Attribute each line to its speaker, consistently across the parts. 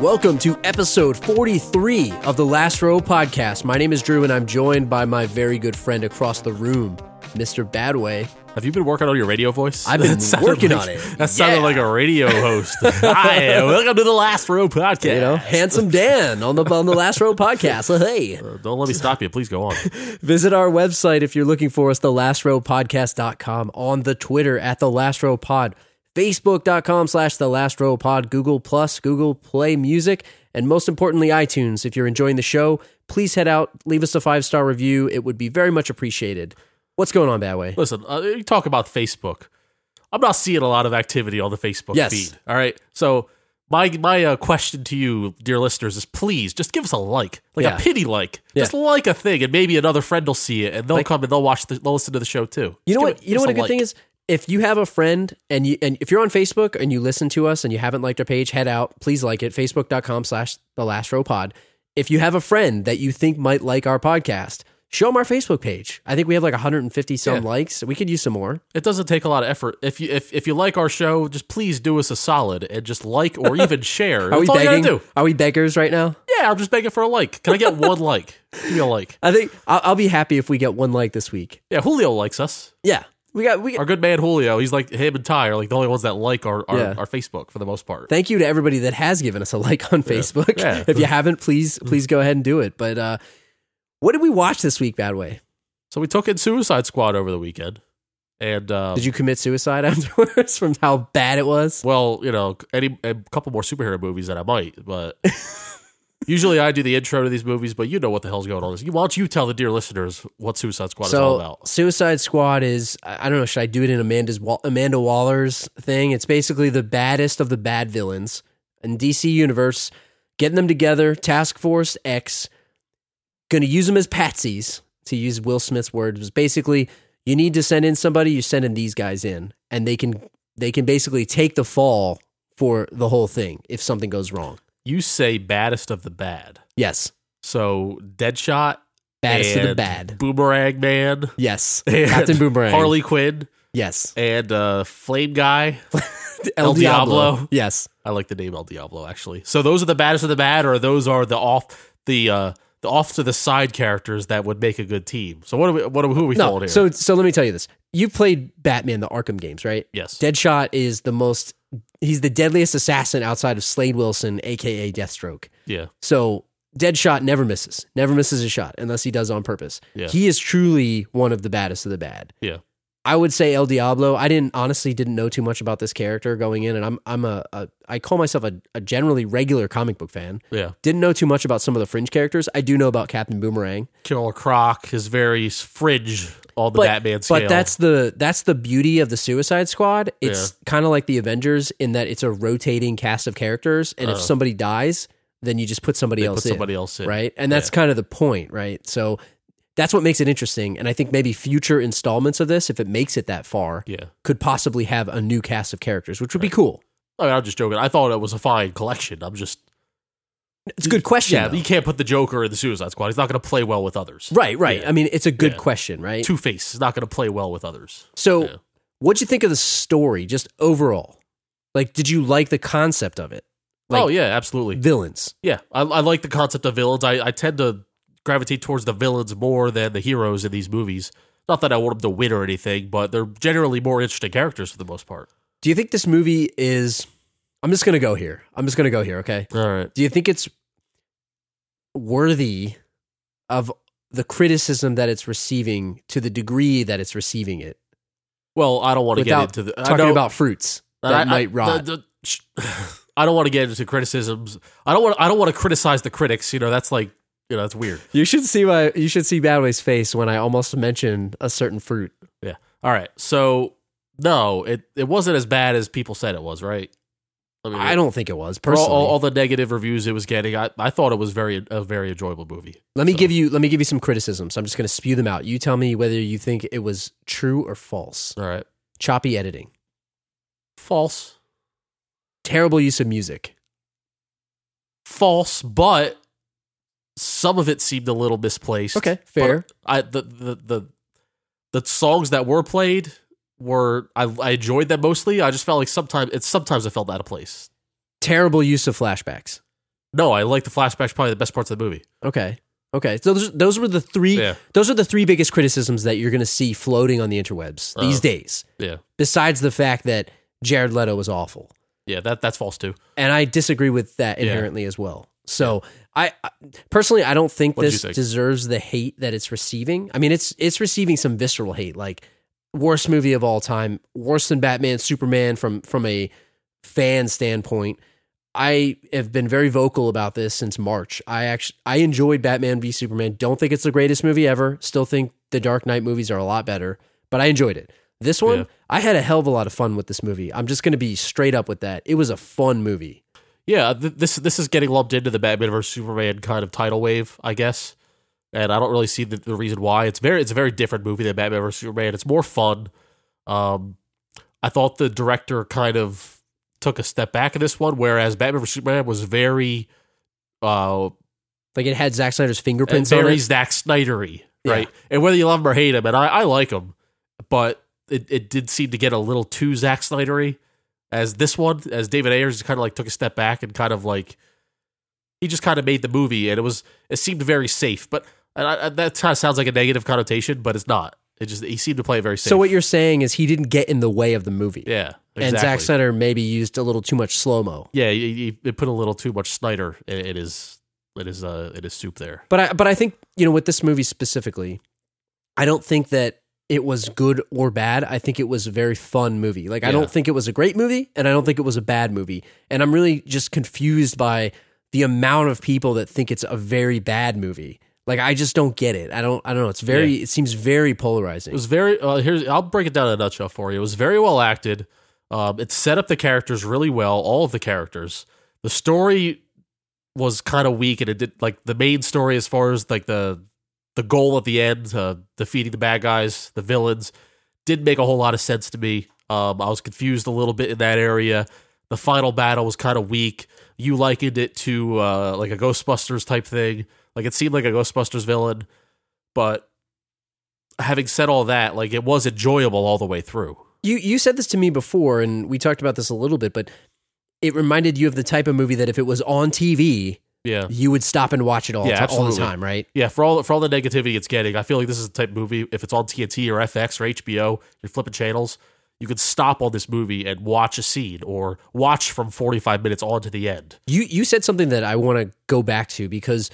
Speaker 1: Welcome to episode 43 of the Last Row podcast. My name is Drew, and I'm joined by my very good friend across the room, Mr. Badway.
Speaker 2: Have you been working on your radio voice?
Speaker 1: I've been
Speaker 2: That sounded
Speaker 1: working
Speaker 2: like-
Speaker 1: on it.
Speaker 2: That sounded
Speaker 1: Yeah.
Speaker 2: like a radio host. Hi, welcome to the Last Row podcast.
Speaker 1: You know, handsome Dan on the on the Last Row podcast. Hey,
Speaker 2: Uh, Don't let me stop you. Please go on.
Speaker 1: visit our website if you're looking for us, thelastrowpodcast.com, on the Twitter at the Last Row Pod, Facebook.com slash the Last Row Pod, Google Plus, Google Play Music, and most importantly, iTunes. If you're enjoying the show, please head out, leave us a five star review. It would be very much appreciated. What's going on, Badway?
Speaker 2: Listen, uh, you talk about Facebook. I'm not seeing a lot of activity on the Facebook
Speaker 1: Yes.
Speaker 2: feed. All right. So my my uh, question to you, dear listeners, is please just give us a like, like
Speaker 1: Yeah.
Speaker 2: a pity like. Just like a thing, and maybe another friend will see it, and they'll come and they'll watch, the, they'll listen to the show too.
Speaker 1: You know
Speaker 2: Just give
Speaker 1: what?
Speaker 2: it-
Speaker 1: You
Speaker 2: give
Speaker 1: know
Speaker 2: us
Speaker 1: what? A good
Speaker 2: like.
Speaker 1: thing is, if you have a friend and you and if you're on Facebook and you listen to us and you haven't liked our page, head out. Please like it. Facebook.com/slash The Last Row Pod. If you have a friend that you think might like our podcast, show them our Facebook page. I think we have like 150 some
Speaker 2: Yeah.
Speaker 1: likes. We could use some more.
Speaker 2: It doesn't take a lot of effort. If you if, if you like our show, just please do us a solid and just like or even share.
Speaker 1: Are
Speaker 2: That's all
Speaker 1: we begging?
Speaker 2: you gotta do.
Speaker 1: Are we beggars right now?
Speaker 2: Yeah, I'm just begging for a like. Can I get one like? Give me a like.
Speaker 1: I think I'll, I'll be happy if we get one like this week.
Speaker 2: Yeah, Julio likes us.
Speaker 1: Yeah, we got we.
Speaker 2: Our good man Julio. He's like him and Ty are like the only ones that like our our,
Speaker 1: Yeah.
Speaker 2: our Facebook for the most part.
Speaker 1: thank you to everybody that has given us a like on Facebook.
Speaker 2: Yeah.
Speaker 1: if you haven't, please please go ahead and do it. But uh, what did we watch this week, Bad Way?
Speaker 2: So we took in Suicide Squad over the weekend, and um,
Speaker 1: Did you commit suicide afterwards from how bad it was?
Speaker 2: Well, you know, any a couple more superhero movies that I might, but usually I do the intro to these movies. But you know what the hell's going on? Why don't you tell the dear listeners what Suicide Squad is all
Speaker 1: So,
Speaker 2: about?
Speaker 1: Suicide Squad is I I don't know. Should I do it in Amanda's Wa- Amanda Waller's thing? It's basically the baddest of the bad villains in DC Universe, getting them together. Task Force X, going to use them as patsies. To use Will Smith's words, was basically you need to send in somebody. You send in these guys in, and they can they can basically take the fall for the whole thing if something goes wrong.
Speaker 2: You say baddest of the bad.
Speaker 1: Yes,
Speaker 2: So Deadshot,
Speaker 1: baddest of the
Speaker 2: and
Speaker 1: bad.
Speaker 2: Boomerang Man,
Speaker 1: Yes,
Speaker 2: and
Speaker 1: Captain Boomerang.
Speaker 2: Harley Quinn,
Speaker 1: Yes.
Speaker 2: and uh, Flame Guy.
Speaker 1: El,
Speaker 2: Diablo.
Speaker 1: Yes.
Speaker 2: I like the name El Diablo actually. So those are the baddest of the bad, or those are the off the uh, the off to the side characters that would make a good team. So what are we? What are, who are we calling
Speaker 1: No.
Speaker 2: here?
Speaker 1: So so let me tell you this. You played Batman the Arkham games, right?
Speaker 2: yes,
Speaker 1: Deadshot is the most he's the deadliest assassin outside of Slade Wilson, aka Deathstroke.
Speaker 2: yeah.
Speaker 1: So Deadshot never misses. Never misses a shot unless he does on purpose.
Speaker 2: Yeah.
Speaker 1: He is truly one of the baddest of the bad.
Speaker 2: Yeah.
Speaker 1: I would say El Diablo. I didn't honestly didn't know too much about this character going in, and I'm I'm a, a I call myself a, a generally regular comic book fan.
Speaker 2: Yeah.
Speaker 1: Didn't know too much about some of the fringe characters. I do know about Captain Boomerang.
Speaker 2: Killer Croc is very fringe on the Batman scale.
Speaker 1: But that's the that's the beauty of the Suicide Squad. It's kind of like the Avengers in that it's a rotating cast of characters, and if somebody dies, then you just put somebody
Speaker 2: Uh. they
Speaker 1: else
Speaker 2: put somebody
Speaker 1: in,
Speaker 2: else in.
Speaker 1: right? And that's kind of the point, right? So that's what makes it interesting, and I think maybe future installments of this, if it makes it that far,
Speaker 2: Yeah.
Speaker 1: could possibly have a new cast of characters, which would be cool.
Speaker 2: I mean, I'm just joking. I thought it was a fine collection. I'm just
Speaker 1: It's a good question,
Speaker 2: yeah.
Speaker 1: though.
Speaker 2: but You can't put the Joker in the Suicide Squad. He's not going to play well with others.
Speaker 1: right? Right.
Speaker 2: Yeah.
Speaker 1: I mean, it's a good
Speaker 2: Yeah.
Speaker 1: question, right?
Speaker 2: Two Face is not going to play well with others.
Speaker 1: So,
Speaker 2: Yeah.
Speaker 1: what'd you think of the story, just overall? Like, did you like the concept of it? Like,
Speaker 2: oh yeah, absolutely.
Speaker 1: villains.
Speaker 2: yeah, I, I like the concept of villains. I, I tend to gravitate towards the villains more than the heroes in these movies. Not that I want them to win or anything, but they're generally more interesting characters for the most part.
Speaker 1: Do you think this movie is? I'm just gonna go here. I'm just gonna go here. Okay.
Speaker 2: All right.
Speaker 1: Do you think it's worthy of the criticism that it's receiving to the degree that it's receiving it?
Speaker 2: Well, I don't want to get
Speaker 1: Without
Speaker 2: into the I
Speaker 1: Talking
Speaker 2: know-
Speaker 1: about fruits that might rot.
Speaker 2: the- the- sh- I don't want to get into criticisms. I don't want. I don't want to criticize the critics. You know, that's like you know, that's weird.
Speaker 1: you should see my. You should see Badway's face when I almost mentioned a certain fruit.
Speaker 2: Yeah. All right. So no, it it wasn't as bad as people said it was. Right. mean,
Speaker 1: I don't think it was
Speaker 2: for all,
Speaker 1: personally.
Speaker 2: all, all the negative reviews it was getting, I, I thought it was very a very enjoyable movie.
Speaker 1: let me
Speaker 2: so-
Speaker 1: give you. Let me give you some criticisms. I'm just gonna spew them out. You tell me whether you think it was true or false.
Speaker 2: All right.
Speaker 1: Choppy editing.
Speaker 2: False.
Speaker 1: Terrible use of music.
Speaker 2: False. But some of it seemed a little misplaced.
Speaker 1: Okay,
Speaker 2: But
Speaker 1: fair.
Speaker 2: I the the the the songs that were played were I, I enjoyed them mostly. I just felt like sometimes it's sometimes I felt out of place.
Speaker 1: Terrible use of flashbacks.
Speaker 2: No, I like the flashbacks. Probably the best parts of the movie.
Speaker 1: Okay. Okay. So those, those were the three
Speaker 2: Yeah.
Speaker 1: those are the three biggest criticisms that you're going to see floating on the interwebs these
Speaker 2: Oh.
Speaker 1: days.
Speaker 2: Yeah,
Speaker 1: Besides the fact that Jared Leto was awful.
Speaker 2: yeah. That that's false too.
Speaker 1: And I disagree with that
Speaker 2: Yeah.
Speaker 1: inherently as well. So I, I personally I don't think
Speaker 2: What did you
Speaker 1: this
Speaker 2: think?
Speaker 1: deserves the hate that it's receiving. I mean it's it's receiving some visceral hate like worst movie of all time, worse than Batman Superman from from a fan standpoint. I have been very vocal about this since March. I actually I enjoyed Batman v Superman. Don't think it's the greatest movie ever. Still think the Dark Knight movies are a lot better, but I enjoyed it. This one,
Speaker 2: Yeah.
Speaker 1: I had a hell of a lot of fun with this movie. I'm just going to be straight up with that. It was a fun movie.
Speaker 2: Yeah, th- this this is getting lumped into the Batman vs Superman kind of tidal wave, I guess. And I don't really see the, the reason why. It's very it's a very different movie than Batman vs Superman. It's more fun. Um, I thought the director kind of took a step back in this one, whereas Batman vs Superman was very uh
Speaker 1: Like it had Zack Snyder's fingerprints on
Speaker 2: very
Speaker 1: it.
Speaker 2: Zack Snydery,
Speaker 1: Yeah.
Speaker 2: right? And whether you love him or hate him, and I, I like him, but it, it did seem to get a little too Zack Snydery as this one, as David Ayers kind of like took a step back and kind of like he just kind of made the movie, and it was it seemed very safe, but and I, I- that kind of sounds like a negative connotation, but it's not. It just he seemed to play it very safe.
Speaker 1: So what you're saying is he didn't get in the way of the movie.
Speaker 2: yeah, exactly.
Speaker 1: And Zack Snyder maybe used a little too much slow-mo.
Speaker 2: yeah, he, he- he put a little too much Snyder in, in his in his uh in his soup there.
Speaker 1: But I but I think you know with this movie specifically, I don't think that it was good or bad. I think it was a very fun movie. Like I
Speaker 2: Yeah.
Speaker 1: don't think it was a great movie, and I don't think it was a bad movie. And I'm really just confused by the amount of people that think it's a very bad movie. Like I just don't get it. I don't. I don't know. It's very. It seems very polarizing.
Speaker 2: It was very. Uh, here's. I'll break it down in a nutshell for you. It was very well acted. Um, it set up the characters really well. All of the characters. The story was kind of weak, and it did like the main story as far as like the the goal at the end, uh, defeating the bad guys, the villains, didn't make a whole lot of sense to me. Um, I was confused a little bit in that area. The final battle was kind of weak. You likened it to uh, like a Ghostbusters type thing. Like it seemed like a Ghostbusters villain, but having said all that, like it was enjoyable all the way through.
Speaker 1: You you said this to me before, and we talked about this a little bit, but it reminded you of the type of movie that if it was on TV,
Speaker 2: Yeah.
Speaker 1: you would stop and watch it all,
Speaker 2: Yeah,
Speaker 1: ti- all the
Speaker 2: absolutely.
Speaker 1: time, right?
Speaker 2: Yeah, for all for all the negativity it's getting, I feel like this is the type of movie if it's on TNT or FX or HBO, you're flipping channels, you could stop on this movie and watch a scene or watch from 45 minutes on to the end.
Speaker 1: You you said something that I want to go back to because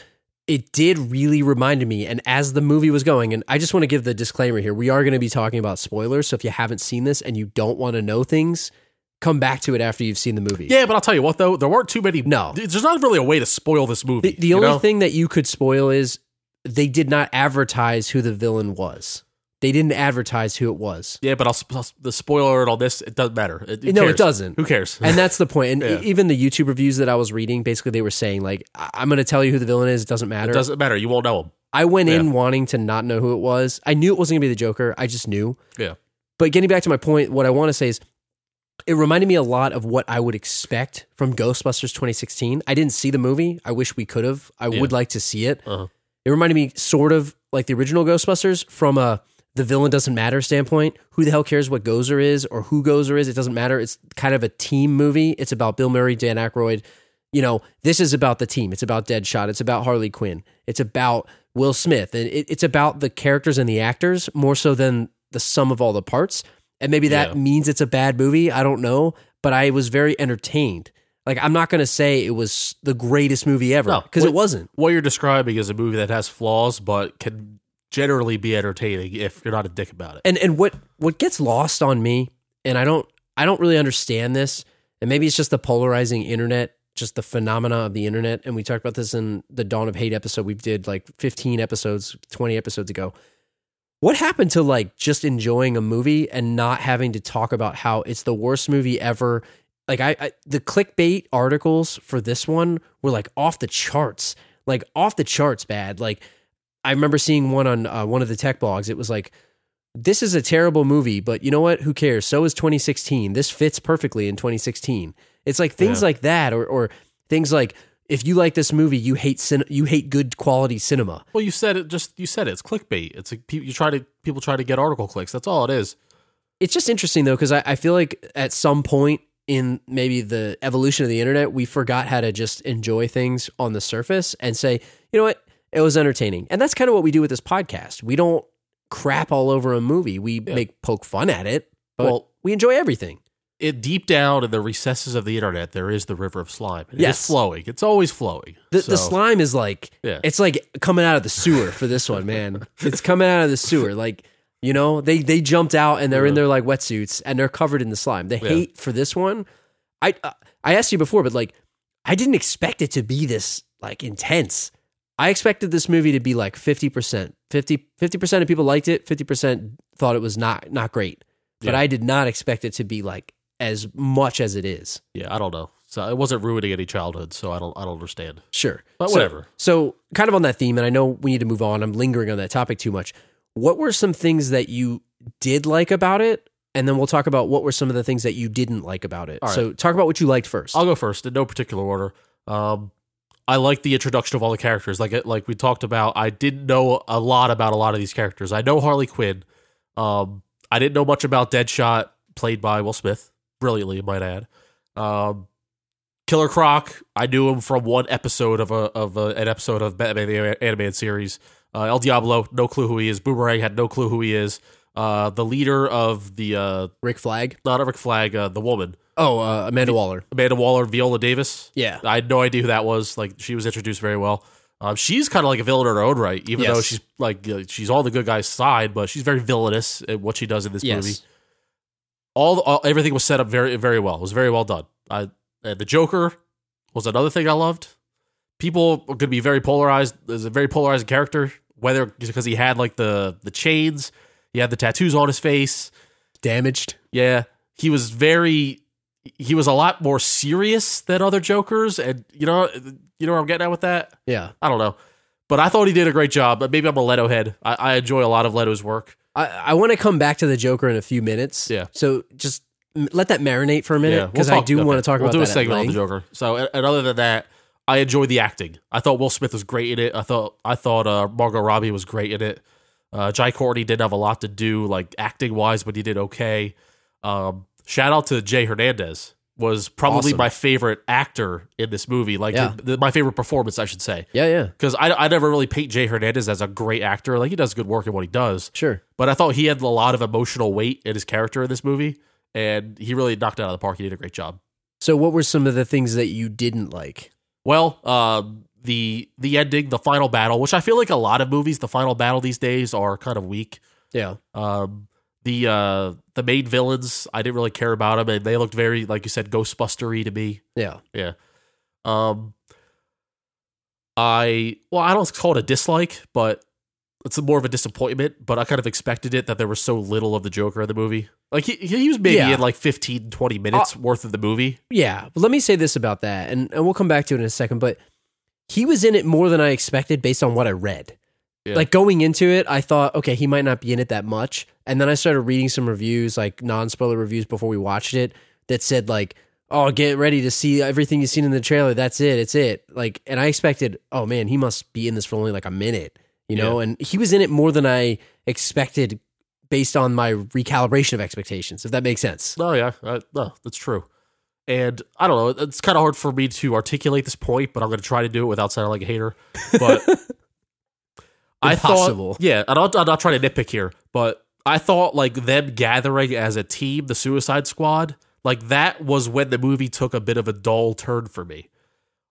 Speaker 1: it did really remind me and as the movie was going and I just want to give the disclaimer here. We are going to be talking about spoilers, so if you haven't seen this and you don't want to know things, come back to it after you've seen the movie.
Speaker 2: Yeah, but I'll tell you what though, there weren't too many
Speaker 1: No.
Speaker 2: There's not really a way to spoil this movie.
Speaker 1: The, the
Speaker 2: you
Speaker 1: only
Speaker 2: know?
Speaker 1: thing that you could spoil is they did not advertise who the villain was. They didn't advertise who it was.
Speaker 2: Yeah, but I'll, sp- I'll s- the spoiler and all this, it doesn't matter. It, who
Speaker 1: No, it
Speaker 2: cares?
Speaker 1: doesn't.
Speaker 2: Who cares?
Speaker 1: and that's the point. And e-
Speaker 2: Yeah.
Speaker 1: even the YouTube reviews that I was reading, basically they were saying like, I- "I'm going to tell you who the villain is. It doesn't matter."
Speaker 2: it doesn't matter. You won't know him.
Speaker 1: I went
Speaker 2: Yeah.
Speaker 1: in wanting to not know who it was. I knew it wasn't going to be the Joker. I just knew.
Speaker 2: Yeah.
Speaker 1: But getting back to my point, what I want to say is, it reminded me a lot of what I would expect from Ghostbusters 2016. I didn't see the movie. I wish we could have. I
Speaker 2: Yeah.
Speaker 1: would like to see it.
Speaker 2: Uh-huh.
Speaker 1: It reminded me sort of like the original Ghostbusters from a the villain doesn't matter standpoint. Who the hell cares what Gozer is or who Gozer is? It doesn't matter. It's kind of a team movie. It's about Bill Murray, Dan Aykroyd. You know, this is about the team. It's about Deadshot. It's about Harley Quinn. It's about Will Smith. And it, it's about the characters and the actors more so than the sum of all the parts. And maybe that
Speaker 2: Yeah.
Speaker 1: means it's a bad movie. I don't know. But I was very entertained. Like, I'm not going to say it was the greatest movie ever
Speaker 2: No.
Speaker 1: because
Speaker 2: Wait-
Speaker 1: it wasn't.
Speaker 2: what you're describing is a movie that has flaws but can generally be entertaining if you're not a dick about it.
Speaker 1: and and what what gets lost on me and i don't i don't really understand this and maybe it's just the polarizing internet just the phenomena of the internet and we talked about this in the dawn of hate episode we did like 15 episodes 20 episodes ago what happened to like just enjoying a movie and not having to talk about how it's the worst movie ever like I, I the clickbait articles for this one were like off the charts like off the charts bad like i remember seeing one on uh, one of the tech blogs it was like this is a terrible movie, but you know what? Who cares? So is 2016. This fits perfectly in 2016. It's like things
Speaker 2: Yeah.
Speaker 1: like that, or or things like if you like this movie, you hate cin- you hate good quality cinema.
Speaker 2: Well, you said it. Just you said it. It's clickbait. It's like pe- you try to people try to get article clicks. That's all it is.
Speaker 1: It's just interesting though, because I, I feel like at some point in maybe the evolution of the internet, we forgot how to just enjoy things on the surface and say, you know what, it was entertaining. And that's kind of what we do with this podcast. We don't crap all over a movie. We
Speaker 2: Yeah.
Speaker 1: make poke fun at it, but
Speaker 2: Well-
Speaker 1: we enjoy everything.
Speaker 2: It deep down in the recesses of the internet, there is the river of slime. It is
Speaker 1: Yes.
Speaker 2: flowing. It's always flowing.
Speaker 1: The, the
Speaker 2: So,
Speaker 1: slime is like
Speaker 2: Yeah.
Speaker 1: it's like coming out of the sewer for this one, man. it's coming out of the sewer. Like you know, they they jumped out and they're in
Speaker 2: Yeah.
Speaker 1: their like wetsuits and they're covered in the slime. The
Speaker 2: Mm-hmm. Yeah.
Speaker 1: hate for this one, I uh, I asked you before, but like I didn't expect it to be this like intense. I expected this movie to be like 50%. 50 percent of people liked it, 50% thought it was not not great. But
Speaker 2: Yeah.
Speaker 1: I did not expect it to be like as much as it is.
Speaker 2: yeah, I don't know. So it wasn't ruining any childhood. So I don't. I don't understand.
Speaker 1: Sure.
Speaker 2: But
Speaker 1: So-
Speaker 2: whatever.
Speaker 1: So, kind of on that theme, and I know we need to move on. I'm lingering on that topic too much. What were some things that you did like about it? And then we'll talk about what were some of the things that you didn't like about it.
Speaker 2: All right.
Speaker 1: So, talk about what you liked 1st
Speaker 2: I'll go first in no particular order. Um, I like the introduction of all the characters. Like like we talked about, I didn't know a lot about a lot of these characters. I know Harley Quinn. Um, I didn't know much about Deadshot, played by Will Smith, brilliantly, might add. Um, Killer Croc, I knew him from one episode of a of a, an episode of Batman the animated series. Uh, El Diablo, no clue who he is. Boomerang had no clue who he is. Uh, the leader of the uh,
Speaker 1: Rick Flag.
Speaker 2: not Eric Flag, uh, the woman
Speaker 1: Oh, uh, Amanda Waller.
Speaker 2: Amanda Waller, Viola Davis.
Speaker 1: Yeah.
Speaker 2: I had no idea who that was. Like she was introduced very well. Um, she's kind of like a villain in her own right, even
Speaker 1: Yes.
Speaker 2: though she's like uh, she's all the good guys' side, but she's very villainous at what she does in this
Speaker 1: yes.
Speaker 2: movie. All, all everything was set up very very well. It was very well done. I and the Joker was another thing I loved. People are going to be very polarized. There's a very polarized character, whether because he had like the the chains, he had the tattoos on his face.
Speaker 1: Damaged.
Speaker 2: Yeah, he was very. He was a lot more serious than other Jokers, and you know, you know where I'm getting at with that.
Speaker 1: Yeah.
Speaker 2: I don't know, but I thought he did a great job. But maybe I'm a Leto head. I, I enjoy a lot of Leto's work.
Speaker 1: I, I want to come back to the Joker in a few minutes.
Speaker 2: Yeah.
Speaker 1: So, just m- let that marinate for a minute
Speaker 2: we'll
Speaker 1: because I
Speaker 2: talk-
Speaker 1: do
Speaker 2: okay,
Speaker 1: want to talk
Speaker 2: we'll
Speaker 1: about
Speaker 2: do a
Speaker 1: that at
Speaker 2: segment on the
Speaker 1: length.
Speaker 2: Joker. So, and, and other than that, I enjoyed the acting. I thought Will Smith was great in it. I thought I thought uh, Margot Robbie was great in it. Uh, Jai Courtney didn't have a lot to do like acting wise, but he did okay. Um, shout out to Jay Hernandez was probably
Speaker 1: Awesome.
Speaker 2: my favorite actor in this movie. Like
Speaker 1: Yeah.
Speaker 2: the, the- my favorite performance, I should say,
Speaker 1: Yeah. Yeah.
Speaker 2: because I I never really paint Jay Hernandez as a great actor. Like he does good work in what he does,
Speaker 1: Sure.
Speaker 2: but I thought he had a lot of emotional weight in his character in this movie, and he really knocked it out of the park. He did a great job.
Speaker 1: So, what were some of the things that you didn't like?
Speaker 2: Well, um, the the ending, the final battle, which I feel like a lot of movies, the final battle these days are kind of weak.
Speaker 1: Yeah.
Speaker 2: Um, the uh, the main villains, I didn't really care about them, and they looked very, like you said, Ghostbustery to me.
Speaker 1: Yeah.
Speaker 2: Um, I well, I don't call it a dislike, but it's more of a disappointment. But I kind of expected it that there was so little of the Joker in the movie. Like he he was maybe
Speaker 1: Yeah. Uh,
Speaker 2: in like 15, 20 minutes worth of the movie.
Speaker 1: Yeah, but let me say this about that, and, and we'll come back to it in a second. But he was in it more than I expected based on what I read.
Speaker 2: Yeah.
Speaker 1: Like going into it, I thought, okay, he might not be in it that much. And then I started reading some reviews, like non spoiler reviews before we watched it, that said, like, oh, get ready to see everything you've seen in the trailer. That's it. It's it. Like, and I expected, oh man, he must be in this for only like a minute, you know? And he was in it more than I expected based on my recalibration of expectations, if that makes sense.
Speaker 2: No, yeah, uh, no, that's true. And I don't know. It's kind of hard for me to articulate this point, but I'm going to try to do it without sounding like a hater. But I
Speaker 1: Impossible.
Speaker 2: thought, yeah, and I'm, I'm not trying to nitpick here, but I thought like them gathering as a team, the Suicide Squad, like that was when the movie took a bit of a dull turn for me.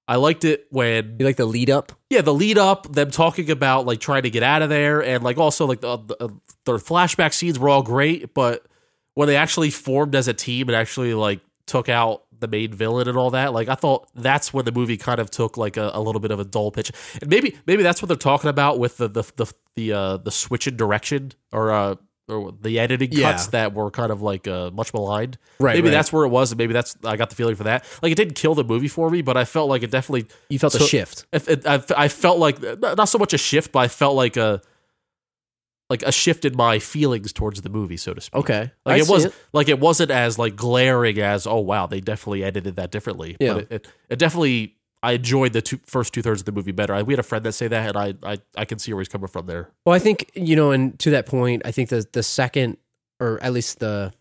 Speaker 2: I liked it when
Speaker 1: You like the lead up?
Speaker 2: yeah, the lead up, them talking about like trying to get out of there, and like also like the, the their flashback scenes were all great, but when they actually formed as a team and actually like took out the main villain and all that, like I thought that's when the movie kind of took like a, a little bit of a dull pitch, and maybe maybe that's what they're talking about with the the the the, uh, the switch in direction or uh or the editing
Speaker 1: Yeah.
Speaker 2: cuts that were kind of like uh, much maligned
Speaker 1: Right.
Speaker 2: maybe
Speaker 1: right.
Speaker 2: that's where it was and maybe that's i got the feeling for that like it didn't kill the movie for me but i felt like it definitely
Speaker 1: You felt a
Speaker 2: So-
Speaker 1: shift.
Speaker 2: if it, I, I felt like not so much a shift, but I felt like a like a shift in my feelings towards the movie, so to speak.
Speaker 1: Okay.
Speaker 2: like
Speaker 1: I
Speaker 2: it
Speaker 1: see
Speaker 2: was like it wasn't as like glaring as oh wow they definitely edited that differently.
Speaker 1: Yeah.
Speaker 2: But it, it, it definitely I enjoyed the two, first two thirds of the movie better. I, we had a friend that say that, and I I, I can see where he's coming from there.
Speaker 1: Well, I think, you know, and to that point, I think the the second or at least the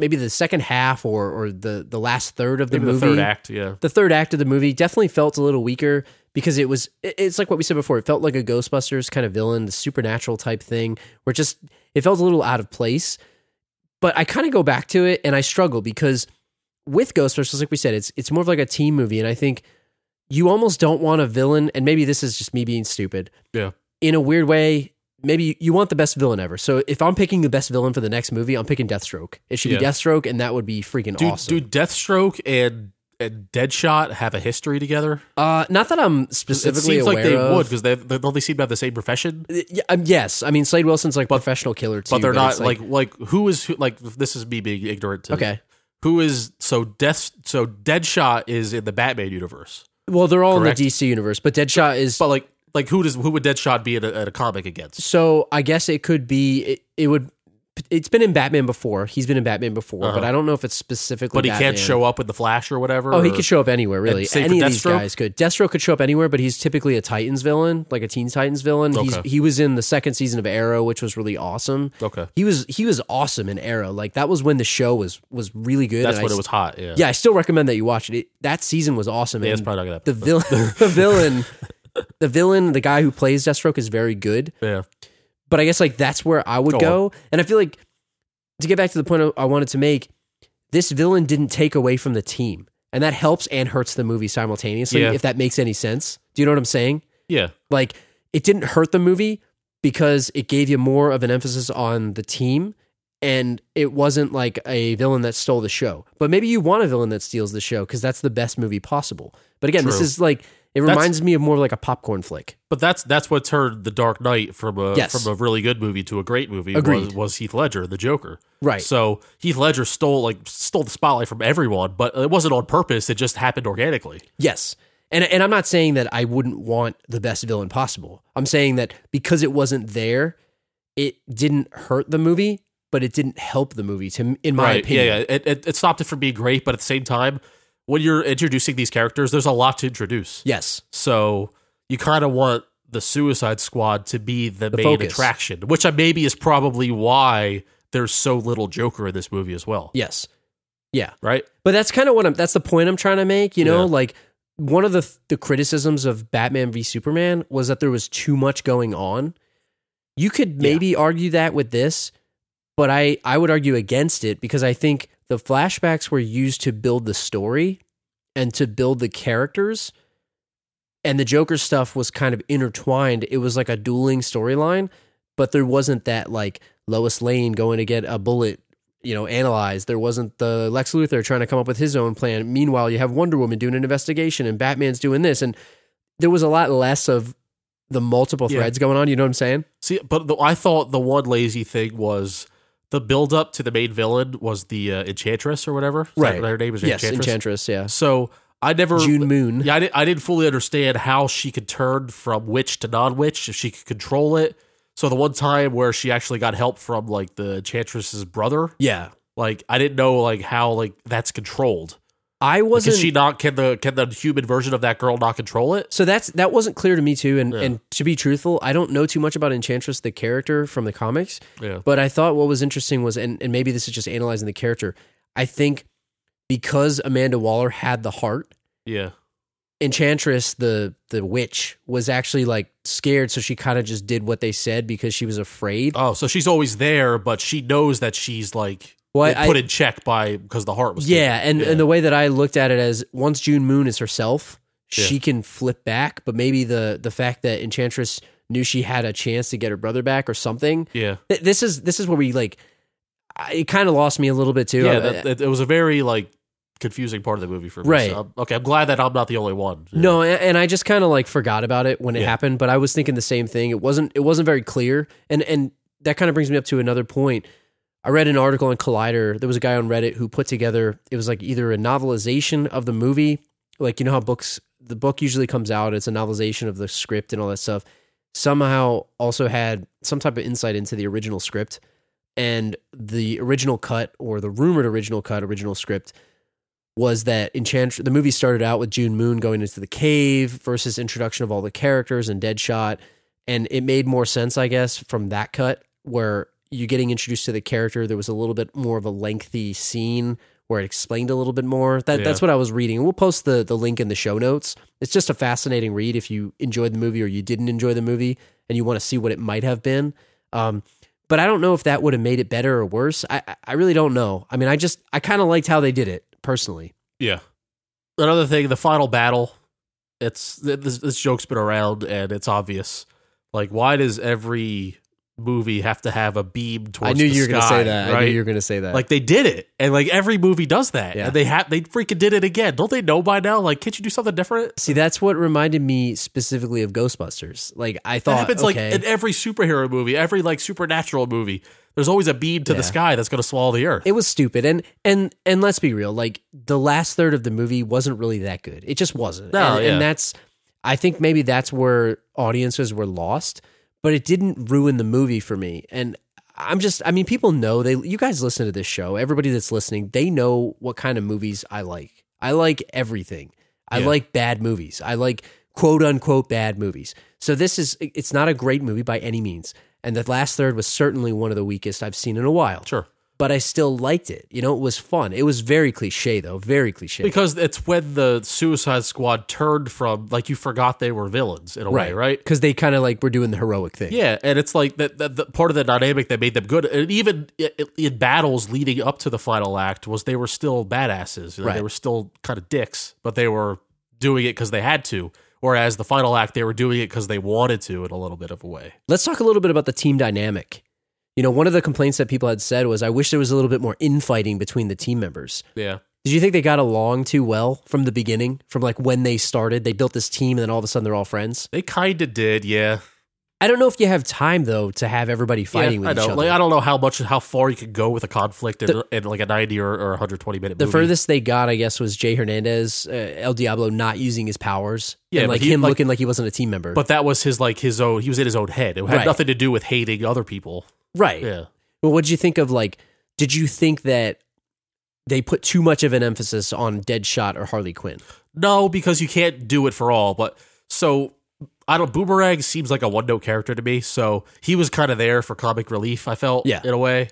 Speaker 1: maybe the second half or or the the last third of the
Speaker 2: Maybe the
Speaker 1: movie
Speaker 2: third act, yeah.
Speaker 1: the third act of the movie definitely felt a little weaker because it was it- it's like what we said before it felt like a ghostbusters kind of villain the supernatural type thing where just it felt a little out of place but i kind of go back to it and i struggle because with ghostbusters like we said it's it's more of like a team movie and i think you almost don't want a villain and maybe this is just me being stupid
Speaker 2: Yeah.
Speaker 1: in a weird way maybe you- you want the best villain ever so if i'm picking the best villain for the next movie i'm picking deathstroke it should be
Speaker 2: Yeah.
Speaker 1: deathstroke and that would be freaking
Speaker 2: Do
Speaker 1: awesome
Speaker 2: do Deathstroke and and Deadshot have a history together?
Speaker 1: Uh, not that I'm
Speaker 2: 'Cause It
Speaker 1: specifically
Speaker 2: seems
Speaker 1: aware
Speaker 2: like they
Speaker 1: of.
Speaker 2: would because they they- don't they seem to have the same profession,
Speaker 1: Y- yeah, um, yes, I mean Slade Wilson's like professional killer too,
Speaker 2: but they're
Speaker 1: it's
Speaker 2: not like, like who is who, like this is me being ignorant to
Speaker 1: okay.
Speaker 2: who is so death so Deadshot is in the Batman universe,
Speaker 1: Well, they're all
Speaker 2: Correct.
Speaker 1: in the DC universe, but Deadshot is
Speaker 2: but like like who does who would Deadshot be at a, at a comic against?
Speaker 1: so. I guess it could be it, it would. It's been in Batman before. He's been in Batman before, but
Speaker 2: Uh-huh.
Speaker 1: I don't know if it's specifically.
Speaker 2: But he
Speaker 1: Batman.
Speaker 2: can't show up with the Flash or whatever.
Speaker 1: Oh, he
Speaker 2: or-
Speaker 1: could show up anywhere, really.
Speaker 2: And same
Speaker 1: Any
Speaker 2: for
Speaker 1: of these
Speaker 2: Deathstroke?
Speaker 1: guys could. Deathstroke could show up anywhere, but he's typically a Titans villain, like a Teen Titans villain. He's,
Speaker 2: Okay.
Speaker 1: he was in the second season of Arrow, which was really awesome.
Speaker 2: Okay,
Speaker 1: He was he was awesome in Arrow. Like that was when the show was was really good.
Speaker 2: that's
Speaker 1: and I
Speaker 2: when it was hot. Yeah,
Speaker 1: yeah, I still recommend that you watch it. it that season was awesome.
Speaker 2: yeah
Speaker 1: and
Speaker 2: it's probably not gonna
Speaker 1: the
Speaker 2: happen.
Speaker 1: villain, the villain, the villain, the guy who plays Deathstroke is very good.
Speaker 2: yeah,
Speaker 1: But I guess like that's where I would
Speaker 2: Go on.
Speaker 1: go. And I feel like to get back to the point I- I wanted to make, this villain didn't take away from the team, and that helps and hurts the movie simultaneously.
Speaker 2: Yeah.
Speaker 1: If that makes any sense, do you know what I'm saying?
Speaker 2: yeah.
Speaker 1: Like it didn't hurt the movie because it gave you more of an emphasis on the team and it wasn't like a villain that stole the show. But maybe you want a villain that steals the show because that's the best movie possible. But again, this
Speaker 2: True.
Speaker 1: is like it
Speaker 2: That's-
Speaker 1: reminds me of more like a popcorn flick.
Speaker 2: But that's that's what turned the Dark Knight from a
Speaker 1: Yes.
Speaker 2: from a really good movie to a great movie.
Speaker 1: Agreed.
Speaker 2: Was, was Heath Ledger the Joker?
Speaker 1: Right.
Speaker 2: So Heath Ledger stole like stole the spotlight from everyone, but it wasn't on purpose. It just happened organically.
Speaker 1: Yes. And and I'm not saying that I wouldn't want the best villain possible. I'm saying that because it wasn't there, it didn't hurt the movie, but it didn't help the movie to m- in my
Speaker 2: right.
Speaker 1: opinion.
Speaker 2: Yeah. yeah. It, it it stopped it from being great, but at the same time, when you're introducing these characters, there's a lot to introduce.
Speaker 1: Yes.
Speaker 2: So you kind of want the Suicide Squad to be the, main
Speaker 1: focus.
Speaker 2: attraction, which I maybe is probably why there's so little Joker in this movie as well.
Speaker 1: Yes.
Speaker 2: Right.
Speaker 1: But that's kind of what I'm. That's the point I'm trying to make. You know,
Speaker 2: Yeah.
Speaker 1: like one of the the criticisms of Batman v Superman was that there was too much going on. You could
Speaker 2: Yeah.
Speaker 1: maybe argue that with this, but I I would argue against it because I think the flashbacks were used to build the story and to build the characters. And the Joker stuff was kind of intertwined. It was like a dueling storyline, but there wasn't that like Lois Lane going to get a bullet you know, analyzed. There wasn't the Lex Luthor trying to come up with his own plan. Meanwhile, you have Wonder Woman doing an investigation and Batman's doing this. And there was a lot less of the multiple
Speaker 2: Yeah.
Speaker 1: threads going on. You know what I'm saying?
Speaker 2: See, but the, I thought the one lazy thing was the build up to the main villain was the uh, Enchantress or whatever. Is that
Speaker 1: Right.
Speaker 2: what her name is
Speaker 1: yes,
Speaker 2: Enchantress.
Speaker 1: Enchantress. Yeah.
Speaker 2: so I never.
Speaker 1: June Moon.
Speaker 2: Yeah, I, did, I didn't fully understand how she could turn from witch to non witch if she could control it. So the one time where she actually got help from like the Enchantress's brother,
Speaker 1: Yeah.
Speaker 2: like I didn't know like how like that's controlled.
Speaker 1: I
Speaker 2: Like,
Speaker 1: wasn't.
Speaker 2: Can she not? Can the can the human version of that girl not control it?
Speaker 1: so that's that wasn't clear to me too, and
Speaker 2: Yeah.
Speaker 1: and to be truthful, I don't know too much about Enchantress the character from the comics.
Speaker 2: Yeah.
Speaker 1: But I thought what was interesting was, and, and maybe this is just analyzing the character. I think because Amanda Waller had the heart
Speaker 2: Yeah.
Speaker 1: Enchantress, the the witch, was actually like scared, so she kind of just did what they said because she was afraid.
Speaker 2: Oh, so she's always there, but she knows that she's like
Speaker 1: Well, I-
Speaker 2: put in check by because the heart was taken.
Speaker 1: yeah, and and the way that I looked at it as once June Moon is herself, she can flip back. But maybe the the fact that Enchantress knew she had a chance to get her brother back or something.
Speaker 2: yeah.
Speaker 1: Th- This is this is where we like. I- It kind of lost me a little bit too.
Speaker 2: Yeah,
Speaker 1: I-
Speaker 2: that, that- it was a very like confusing part of the movie for me.
Speaker 1: Right.
Speaker 2: So I'm- okay, I'm glad that I'm not the only one. Yeah.
Speaker 1: No, and, and I just kind of like forgot about it when it
Speaker 2: Yeah.
Speaker 1: happened, but I was thinking the same thing. It wasn't it wasn't very clear. And and that kind of brings me up to another point. I read an article on Collider. There was a guy on Reddit who put together it was like either a novelization of the movie, like you know how books the book usually comes out, it's a novelization of the script and all that stuff. Somehow also had some type of insight into the original script and the original cut or the rumored original cut, original script was that Enchantress. The movie started out with June Moon going into the cave versus introduction of all the characters and Deadshot, and it made more sense, I guess, from that cut where you getting introduced to the character, there was a little bit more of a lengthy scene where it explained a little bit more. That
Speaker 2: Yeah.
Speaker 1: that's what I was reading. We'll post the the link in the show notes. It's just a fascinating read if you enjoyed the movie or you didn't enjoy the movie and you want to see what it might have been. Um, but I don't know if that would have made it better or worse. I I- I really don't know. I mean, I just I kind of liked how they did it personally.
Speaker 2: Yeah. Another thing, the final battle. It's th- this, this joke's been around, and it's obvious. Like, why does every movie have to have a beam towards?
Speaker 1: I knew
Speaker 2: the
Speaker 1: you were going to
Speaker 2: sky,
Speaker 1: say that.
Speaker 2: Right?
Speaker 1: I knew you were going to say that.
Speaker 2: like they did it, and like every movie does that,
Speaker 1: Yeah.
Speaker 2: and they have they freaking did it again. Don't they know by now? Like, can't you do something different?
Speaker 1: See, that's what reminded me specifically of Ghostbusters. Like I
Speaker 2: That
Speaker 1: thought,
Speaker 2: happens
Speaker 1: okay,
Speaker 2: like in every superhero movie, every like supernatural movie. There's always a beam to
Speaker 1: Yeah.
Speaker 2: the sky that's going to swallow the earth.
Speaker 1: it was stupid, and and and let's be real, like the last third of the movie wasn't really that good. It just wasn't.
Speaker 2: No,
Speaker 1: and,
Speaker 2: yeah.
Speaker 1: and that's, I think maybe that's where audiences were lost, but it didn't ruin the movie for me. And I'm just, I mean, people know they. You guys listen to this show. Everybody that's listening, they know what kind of movies I like. I like everything. I
Speaker 2: Yeah.
Speaker 1: like bad movies. I like quote unquote bad movies. So this is it's not a great movie by any means. And the last third was certainly one of the weakest I've seen in a while.
Speaker 2: sure,
Speaker 1: But I still liked it. You know, it was fun. It was very cliche though, very cliche.
Speaker 2: because it's when the Suicide Squad turned from like you forgot they were villains in a way, right?
Speaker 1: Because they kind of like were doing the heroic thing.
Speaker 2: Yeah, and it's like that, that the part of the dynamic that made them good, and even i- i- in battles leading up to the final act, was they were still badasses. You know, They
Speaker 1: Right.
Speaker 2: were still kind of dicks, but they were doing it because they had to. Whereas the final act, they were doing it because they wanted to, in a little bit of a way.
Speaker 1: Let's talk a little bit about the team dynamic. You know, one of the complaints that people had said was I wish there was a little bit more infighting between the team members.
Speaker 2: Yeah,
Speaker 1: Did you think they got along too well from the beginning? From like when they started, they built this team and then all of a sudden they're all friends?
Speaker 2: they kind of did. Yeah,
Speaker 1: I don't know if you have time though to have everybody fighting with
Speaker 2: Yeah, I
Speaker 1: each
Speaker 2: know.
Speaker 1: other.
Speaker 2: Like, I don't know how much, how far you could go with a conflict in, in like a ninety or, or one hundred twenty minute.
Speaker 1: the
Speaker 2: movie.
Speaker 1: furthest they got, I guess, was Jay Hernandez, uh, El Diablo not using his powers,
Speaker 2: Yeah,
Speaker 1: and
Speaker 2: but
Speaker 1: like
Speaker 2: he-
Speaker 1: him
Speaker 2: like-
Speaker 1: looking like he wasn't a team member.
Speaker 2: but that was his like his own. He was in his own head. It had
Speaker 1: Right.
Speaker 2: nothing to do with hating other people.
Speaker 1: right.
Speaker 2: Yeah,
Speaker 1: Well, what did you think of like? Did you think that they put too much of an emphasis on Deadshot or Harley Quinn?
Speaker 2: no, because you can't do it for all. But so I don't. Boomerang seems like a one note character to me. So he was kind of there for comic relief. I felt.
Speaker 1: Yeah.
Speaker 2: in a way.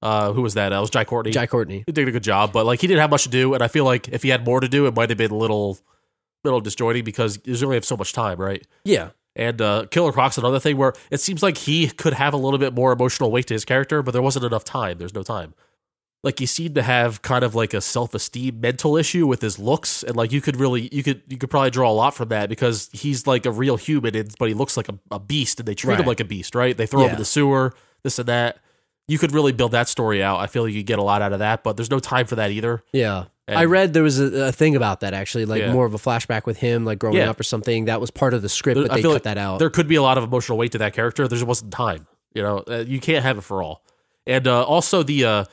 Speaker 2: Uh, who was that? That was Jai Courtney.
Speaker 1: Jai Courtney.
Speaker 2: he did a good job, but like he didn't have much to do, and I feel like if he had more to do, it might have been a little, little disjointing because you only have so much time, right?
Speaker 1: Yeah.
Speaker 2: And uh, Killer Croc's another thing where it seems like he could have a little bit more emotional weight to his character, but there wasn't enough time. There's no time. Like he seemed to have kind of like a self esteem mental issue with his looks, and like you could really you could you could probably draw a lot from that because he's like a real human, and, but he looks like a, a beast, and they treat him
Speaker 1: Right.
Speaker 2: like a beast, right? They throw him in
Speaker 1: Yeah.
Speaker 2: the sewer, this and that. You could really build that story out. I feel like you get a lot out of that, but there's no time for that either.
Speaker 1: Yeah.
Speaker 2: And-
Speaker 1: I read there was a, a thing about that actually, like
Speaker 2: Yeah.
Speaker 1: more of a flashback with him, like growing
Speaker 2: Yeah.
Speaker 1: up or something. That was part of the script,
Speaker 2: There-
Speaker 1: but
Speaker 2: I
Speaker 1: they
Speaker 2: feel
Speaker 1: cut
Speaker 2: like
Speaker 1: that out.
Speaker 2: Uh, there could be a lot of emotional weight to that character. There just wasn't time. You know, uh, you can't have it for all. And uh, also the, uh,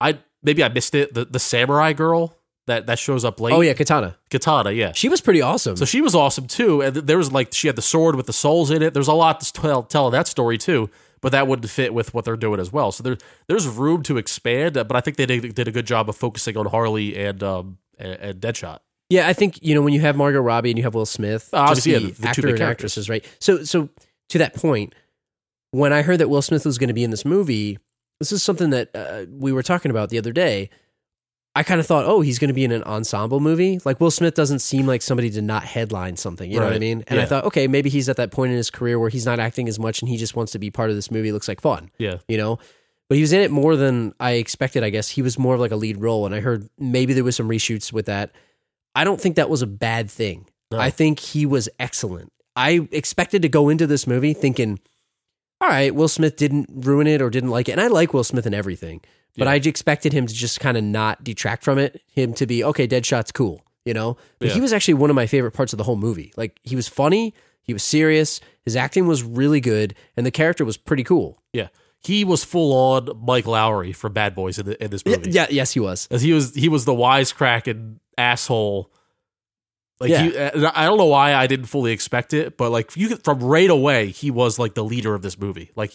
Speaker 2: I maybe I missed it. The, the samurai girl that that shows up late.
Speaker 1: Oh yeah, Katana.
Speaker 2: Katana. Yeah.
Speaker 1: She was pretty awesome.
Speaker 2: So she was awesome too. And th- there was like she had the sword with the souls in it. There's a lot to tell tell in that story too. But that wouldn't fit with what they're doing as well. So there there's room to expand. uh, But I think they did, did a good job of focusing on Harley and um and, and Deadshot.
Speaker 1: Yeah, I think you know when you have Margot Robbie and you have Will Smith,
Speaker 2: Oh, Obviously,
Speaker 1: just the,
Speaker 2: yeah, the- the two
Speaker 1: actor
Speaker 2: big
Speaker 1: and
Speaker 2: characters.
Speaker 1: actresses, right? So, so to that point, when I heard that Will Smith was going to be in this movie, this is something that uh, we were talking about the other day. I kind of thought, oh, he's going to be in an ensemble movie. Like Will Smith doesn't seem like somebody to not headline something. You know what I
Speaker 2: Right.
Speaker 1: mean? And I
Speaker 2: Yeah.
Speaker 1: thought, okay, maybe he's at that point in his career where he's not acting as much and he just wants to be part of this movie. It looks like fun
Speaker 2: Yeah.
Speaker 1: you know but he was in it more than i expected i guess he was more of like a lead role and i heard maybe there was some reshoots with that i don't think that was a bad thing
Speaker 2: No.
Speaker 1: i think he was excellent i expected to go into this movie thinking all right will smith didn't ruin it or didn't like it and i like will smith and everything but
Speaker 2: Yeah.
Speaker 1: i expected him to just kind of not detract from it him to be okay deadshot's cool you know but he
Speaker 2: Yeah.
Speaker 1: was actually one of my favorite parts of the whole movie like he was funny he was serious his acting was really good and the character was pretty cool
Speaker 2: Yeah. He was full on Mike Lowry from Bad Boys in, the, in this movie.
Speaker 1: yeah yes he was
Speaker 2: As he was he was the wisecracking asshole. Like
Speaker 1: Yeah.
Speaker 2: he, and I don't know why I didn't fully expect it, but like you could- from right away he was like the leader of this movie. Like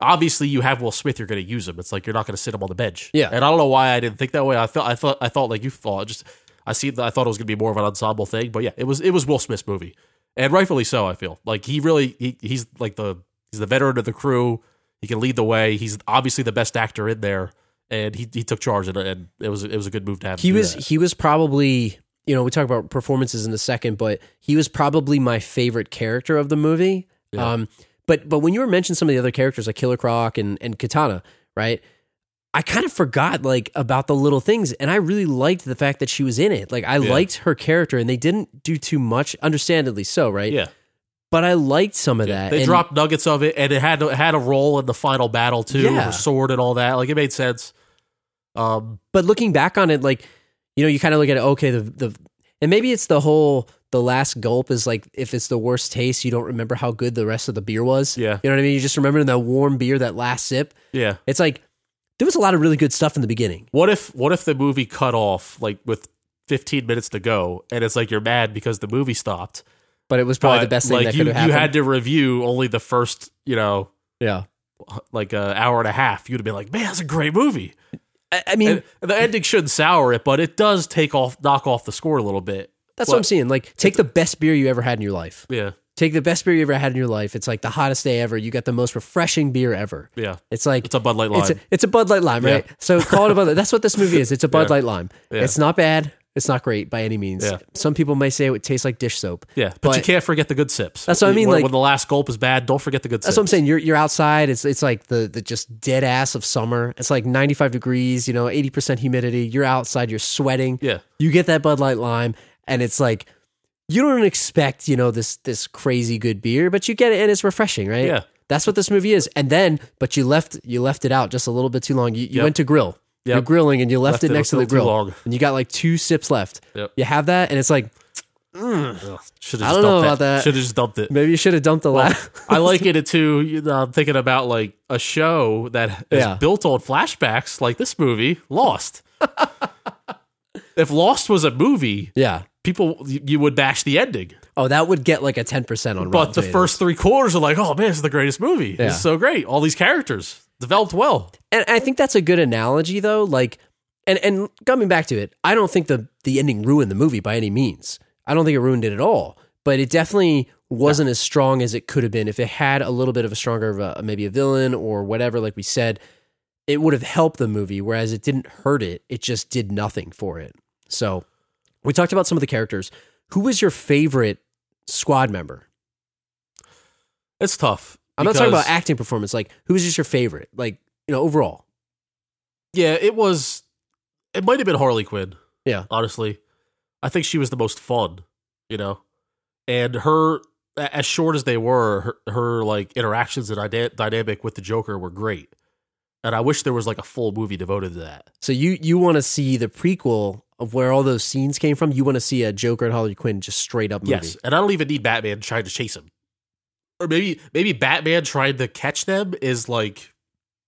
Speaker 2: obviously you have Will Smith, you're going to use him. It's like you're not going to sit him on the bench.
Speaker 1: Yeah.
Speaker 2: and I don't know why I didn't think that way. I thought I thought I thought like you thought just I see I thought it was going to be more of an ensemble thing, but yeah, it was it was Will Smith's movie, and rightfully so. I feel like he really he, he's like the he's the veteran of the crew. He can lead the way. He's obviously the best actor in there, and he, he took charge, and, and it was it was a good move to have. him
Speaker 1: He
Speaker 2: do
Speaker 1: was
Speaker 2: that.
Speaker 1: he was probably you know we talk about performances in a second, but he was probably my favorite character of the movie.
Speaker 2: Yeah.
Speaker 1: Um, but but when you were mentioning some of the other characters like Killer Croc and and Katana, right? I kind of forgot like about the little things, and I really liked the fact that she was in it. Like I
Speaker 2: Yeah.
Speaker 1: liked her character, and they didn't do too much, understandably so, right?
Speaker 2: yeah.
Speaker 1: But I liked some of that.
Speaker 2: They
Speaker 1: and-
Speaker 2: dropped nuggets of it, and it had it had a role in the final battle too, with
Speaker 1: Yeah.
Speaker 2: her sword and all that. Like it made sense. Um,
Speaker 1: but looking back on it, like you know, you kind of look at it. Okay, the the and maybe it's the whole the last gulp is like if it's the worst taste, you don't remember how good the rest of the beer was.
Speaker 2: Yeah.
Speaker 1: you know what I mean. You just remember that warm beer, that last sip.
Speaker 2: yeah.
Speaker 1: It's like there was a lot of really good stuff in the beginning.
Speaker 2: What if what if the movie cut off like with 15 minutes to go, and it's like you're mad because the movie stopped.
Speaker 1: But it was probably the
Speaker 2: but,
Speaker 1: best thing
Speaker 2: like,
Speaker 1: that
Speaker 2: you,
Speaker 1: could have happened.
Speaker 2: You had to review only the first, you know,
Speaker 1: yeah,
Speaker 2: like an hour and a half. You'd have been like, man, that's a great movie.
Speaker 1: I, I mean
Speaker 2: And the ending shouldn't sour it, but it does take off, knock off the score a little bit.
Speaker 1: that's what I'm saying. Like, take the best beer you ever had in your life.
Speaker 2: Yeah,
Speaker 1: Take the best beer you ever had in your life. It's like the hottest day ever. You got the most refreshing beer ever.
Speaker 2: yeah.
Speaker 1: It's like
Speaker 2: It's a Bud Light line.
Speaker 1: It's a, it's a Bud Light Lime, right? So call it a Bud Light. That's what this movie is. It's a Bud
Speaker 2: Yeah.
Speaker 1: Light Lime.
Speaker 2: Yeah.
Speaker 1: It's not bad. It's not great by any means.
Speaker 2: Yeah.
Speaker 1: Some people may say it tastes like dish soap.
Speaker 2: yeah, but, you
Speaker 1: but-
Speaker 2: can't forget the good sips.
Speaker 1: That's what I mean,
Speaker 2: When,
Speaker 1: like-
Speaker 2: when the last gulp is bad, don't forget the good
Speaker 1: That's
Speaker 2: sips.
Speaker 1: what I'm saying. You're you're outside. It's it's like the the just dead ass of summer. It's like 95 degrees. You know, 80 percent humidity. You're outside. You're sweating.
Speaker 2: Yeah.
Speaker 1: You get that Bud Light Lime, and it's like you don't expect you know this this crazy good beer, but you get it and it's refreshing, right?
Speaker 2: Yeah.
Speaker 1: That's what this movie is. And then, but you left you left it out just a little bit too long. You, you
Speaker 2: Yep.
Speaker 1: went to grill. You're
Speaker 2: Yep.
Speaker 1: grilling and you left,
Speaker 2: Left
Speaker 1: it
Speaker 2: it
Speaker 1: next to the
Speaker 2: until too
Speaker 1: grill.
Speaker 2: long.
Speaker 1: And you got like two sips left.
Speaker 2: Yep.
Speaker 1: You have that and it's like
Speaker 2: Should
Speaker 1: I don't know about that.
Speaker 2: Should have just dumped it.
Speaker 1: maybe you should have dumped the last
Speaker 2: I like it too. You know, I'm thinking about like a show that is
Speaker 1: Yeah.
Speaker 2: built on flashbacks, like this movie, Lost. if Lost was a movie,
Speaker 1: Yeah.
Speaker 2: people you you would bash the ending,
Speaker 1: Oh, that would get like a 10% on
Speaker 2: but
Speaker 1: Rotten
Speaker 2: the
Speaker 1: Tomatoes.
Speaker 2: first three quarters are like, oh man, this is the greatest movie.
Speaker 1: Yeah.
Speaker 2: It's so great. All these characters developed well.
Speaker 1: and I think that's a good analogy though. Like, and and coming back to it, I don't think the the ending ruined the movie by any means. I don't think it ruined it at all. But it definitely wasn't as strong as it could have been if it had a little bit of a stronger of a, maybe a villain or whatever. Like we said, it would have helped the movie. Whereas it didn't hurt it. It just did nothing for it. So we talked about some of the characters. Who was your favorite squad member?
Speaker 2: It's tough.
Speaker 1: I'm not talking
Speaker 2: because-
Speaker 1: about acting performance. Like who was just your favorite? Like you know overall.
Speaker 2: Yeah, it was. It might have been Harley Quinn.
Speaker 1: Yeah.
Speaker 2: honestly, I think she was the most fun. You know, and her a- as short as they were, her, her like interactions and ida- dynamic with the Joker were great. And I wish there was like a full movie devoted to that.
Speaker 1: So you you want to see the prequel of where all those scenes came from? You want to see a Joker and Harley Quinn just straight up movie?
Speaker 2: Yes, and I don't even need Batman trying to chase him, or maybe maybe Batman trying to catch them is like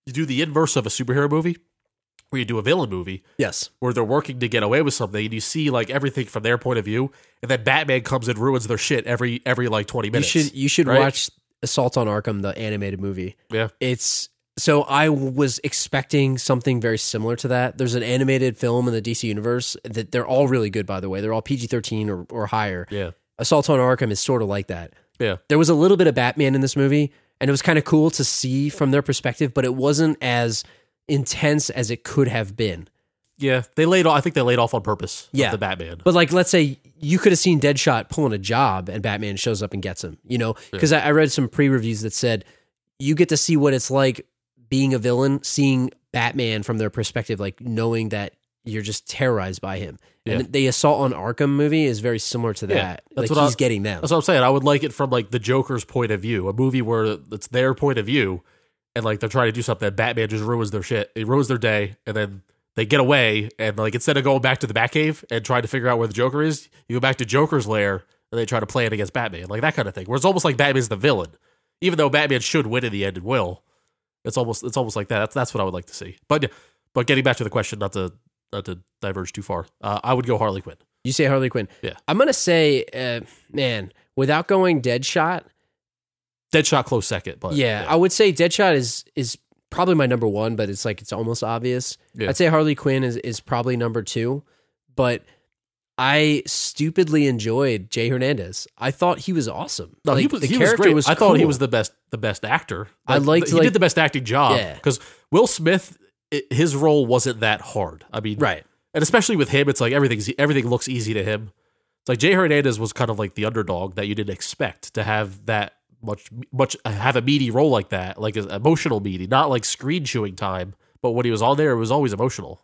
Speaker 2: you do the inverse of a superhero movie, where you do a villain movie,
Speaker 1: Yes.
Speaker 2: where they're working to get away with something and you see like everything from their point of view and then batman comes and ruins their shit every every like 20 minutes
Speaker 1: you should you should
Speaker 2: right?
Speaker 1: watch Assault on Arkham, the animated movie.
Speaker 2: yeah
Speaker 1: It's so I was expecting something very similar to that. There's an animated film in the DC universe that they're all really good, by the way. They're all PG-13 or, or higher.
Speaker 2: yeah
Speaker 1: Assault on Arkham is sort of like that.
Speaker 2: yeah
Speaker 1: there was a little bit of Batman in this movie, and it was kind of cool to see from their perspective, but it wasn't as intense as it could have been.
Speaker 2: yeah they laid off i think they laid off on purpose yeah
Speaker 1: Yeah.
Speaker 2: the batman
Speaker 1: But like, let's say you could have seen Deadshot pulling a job, and Batman shows up and gets him. You know, because I, I read some pre-reviews that said you get to see what it's like being a villain, seeing Batman from their perspective, like knowing that you're just terrorized by him.
Speaker 2: Yeah.
Speaker 1: And the assault on Arkham movie is very similar to
Speaker 2: Yeah,
Speaker 1: that. like
Speaker 2: that's what I-
Speaker 1: he's getting them.
Speaker 2: that's what i'm saying i would like it from like the joker's point of view a movie where it's their point of view and like they're trying to do something batman just ruins their shit he ruins their day and then they get away and like instead of going back to the Batcave and trying to figure out where the joker is you go back to joker's lair and they try to plan against batman like that kind of thing where it's almost like batman's the villain even though Batman should win in the end and will, it's almost it's almost like that. That's that's what I would like to see. But yeah, but getting back to the question, not to not to diverge too far, uh, I would go Harley Quinn.
Speaker 1: You say Harley Quinn.
Speaker 2: Yeah.
Speaker 1: I'm gonna say, uh, man, without going Deadshot,
Speaker 2: Deadshot close second, but
Speaker 1: yeah, I would say Deadshot is is probably my number one, but it's like it's almost obvious.
Speaker 2: Yeah.
Speaker 1: I'd say Harley Quinn is is probably number two, but I stupidly enjoyed Jay Hernandez. I thought he was awesome.
Speaker 2: No, he
Speaker 1: Like,
Speaker 2: was,
Speaker 1: the
Speaker 2: he was
Speaker 1: character
Speaker 2: great. I thought he
Speaker 1: cool.
Speaker 2: was the best, the best actor.
Speaker 1: I liked,
Speaker 2: he
Speaker 1: like-
Speaker 2: did the best acting job
Speaker 1: Yeah.
Speaker 2: because Will Smith, i his role wasn't that hard. I mean,
Speaker 1: right.
Speaker 2: and especially with him, it's like everything's everything looks easy to him. It's like Jay Hernandez was kind of like the underdog that you didn't expect to have that much much uh, have a meaty role like that, like an emotional meaty, not like screen chewing time. But when he was on there, it was always emotional.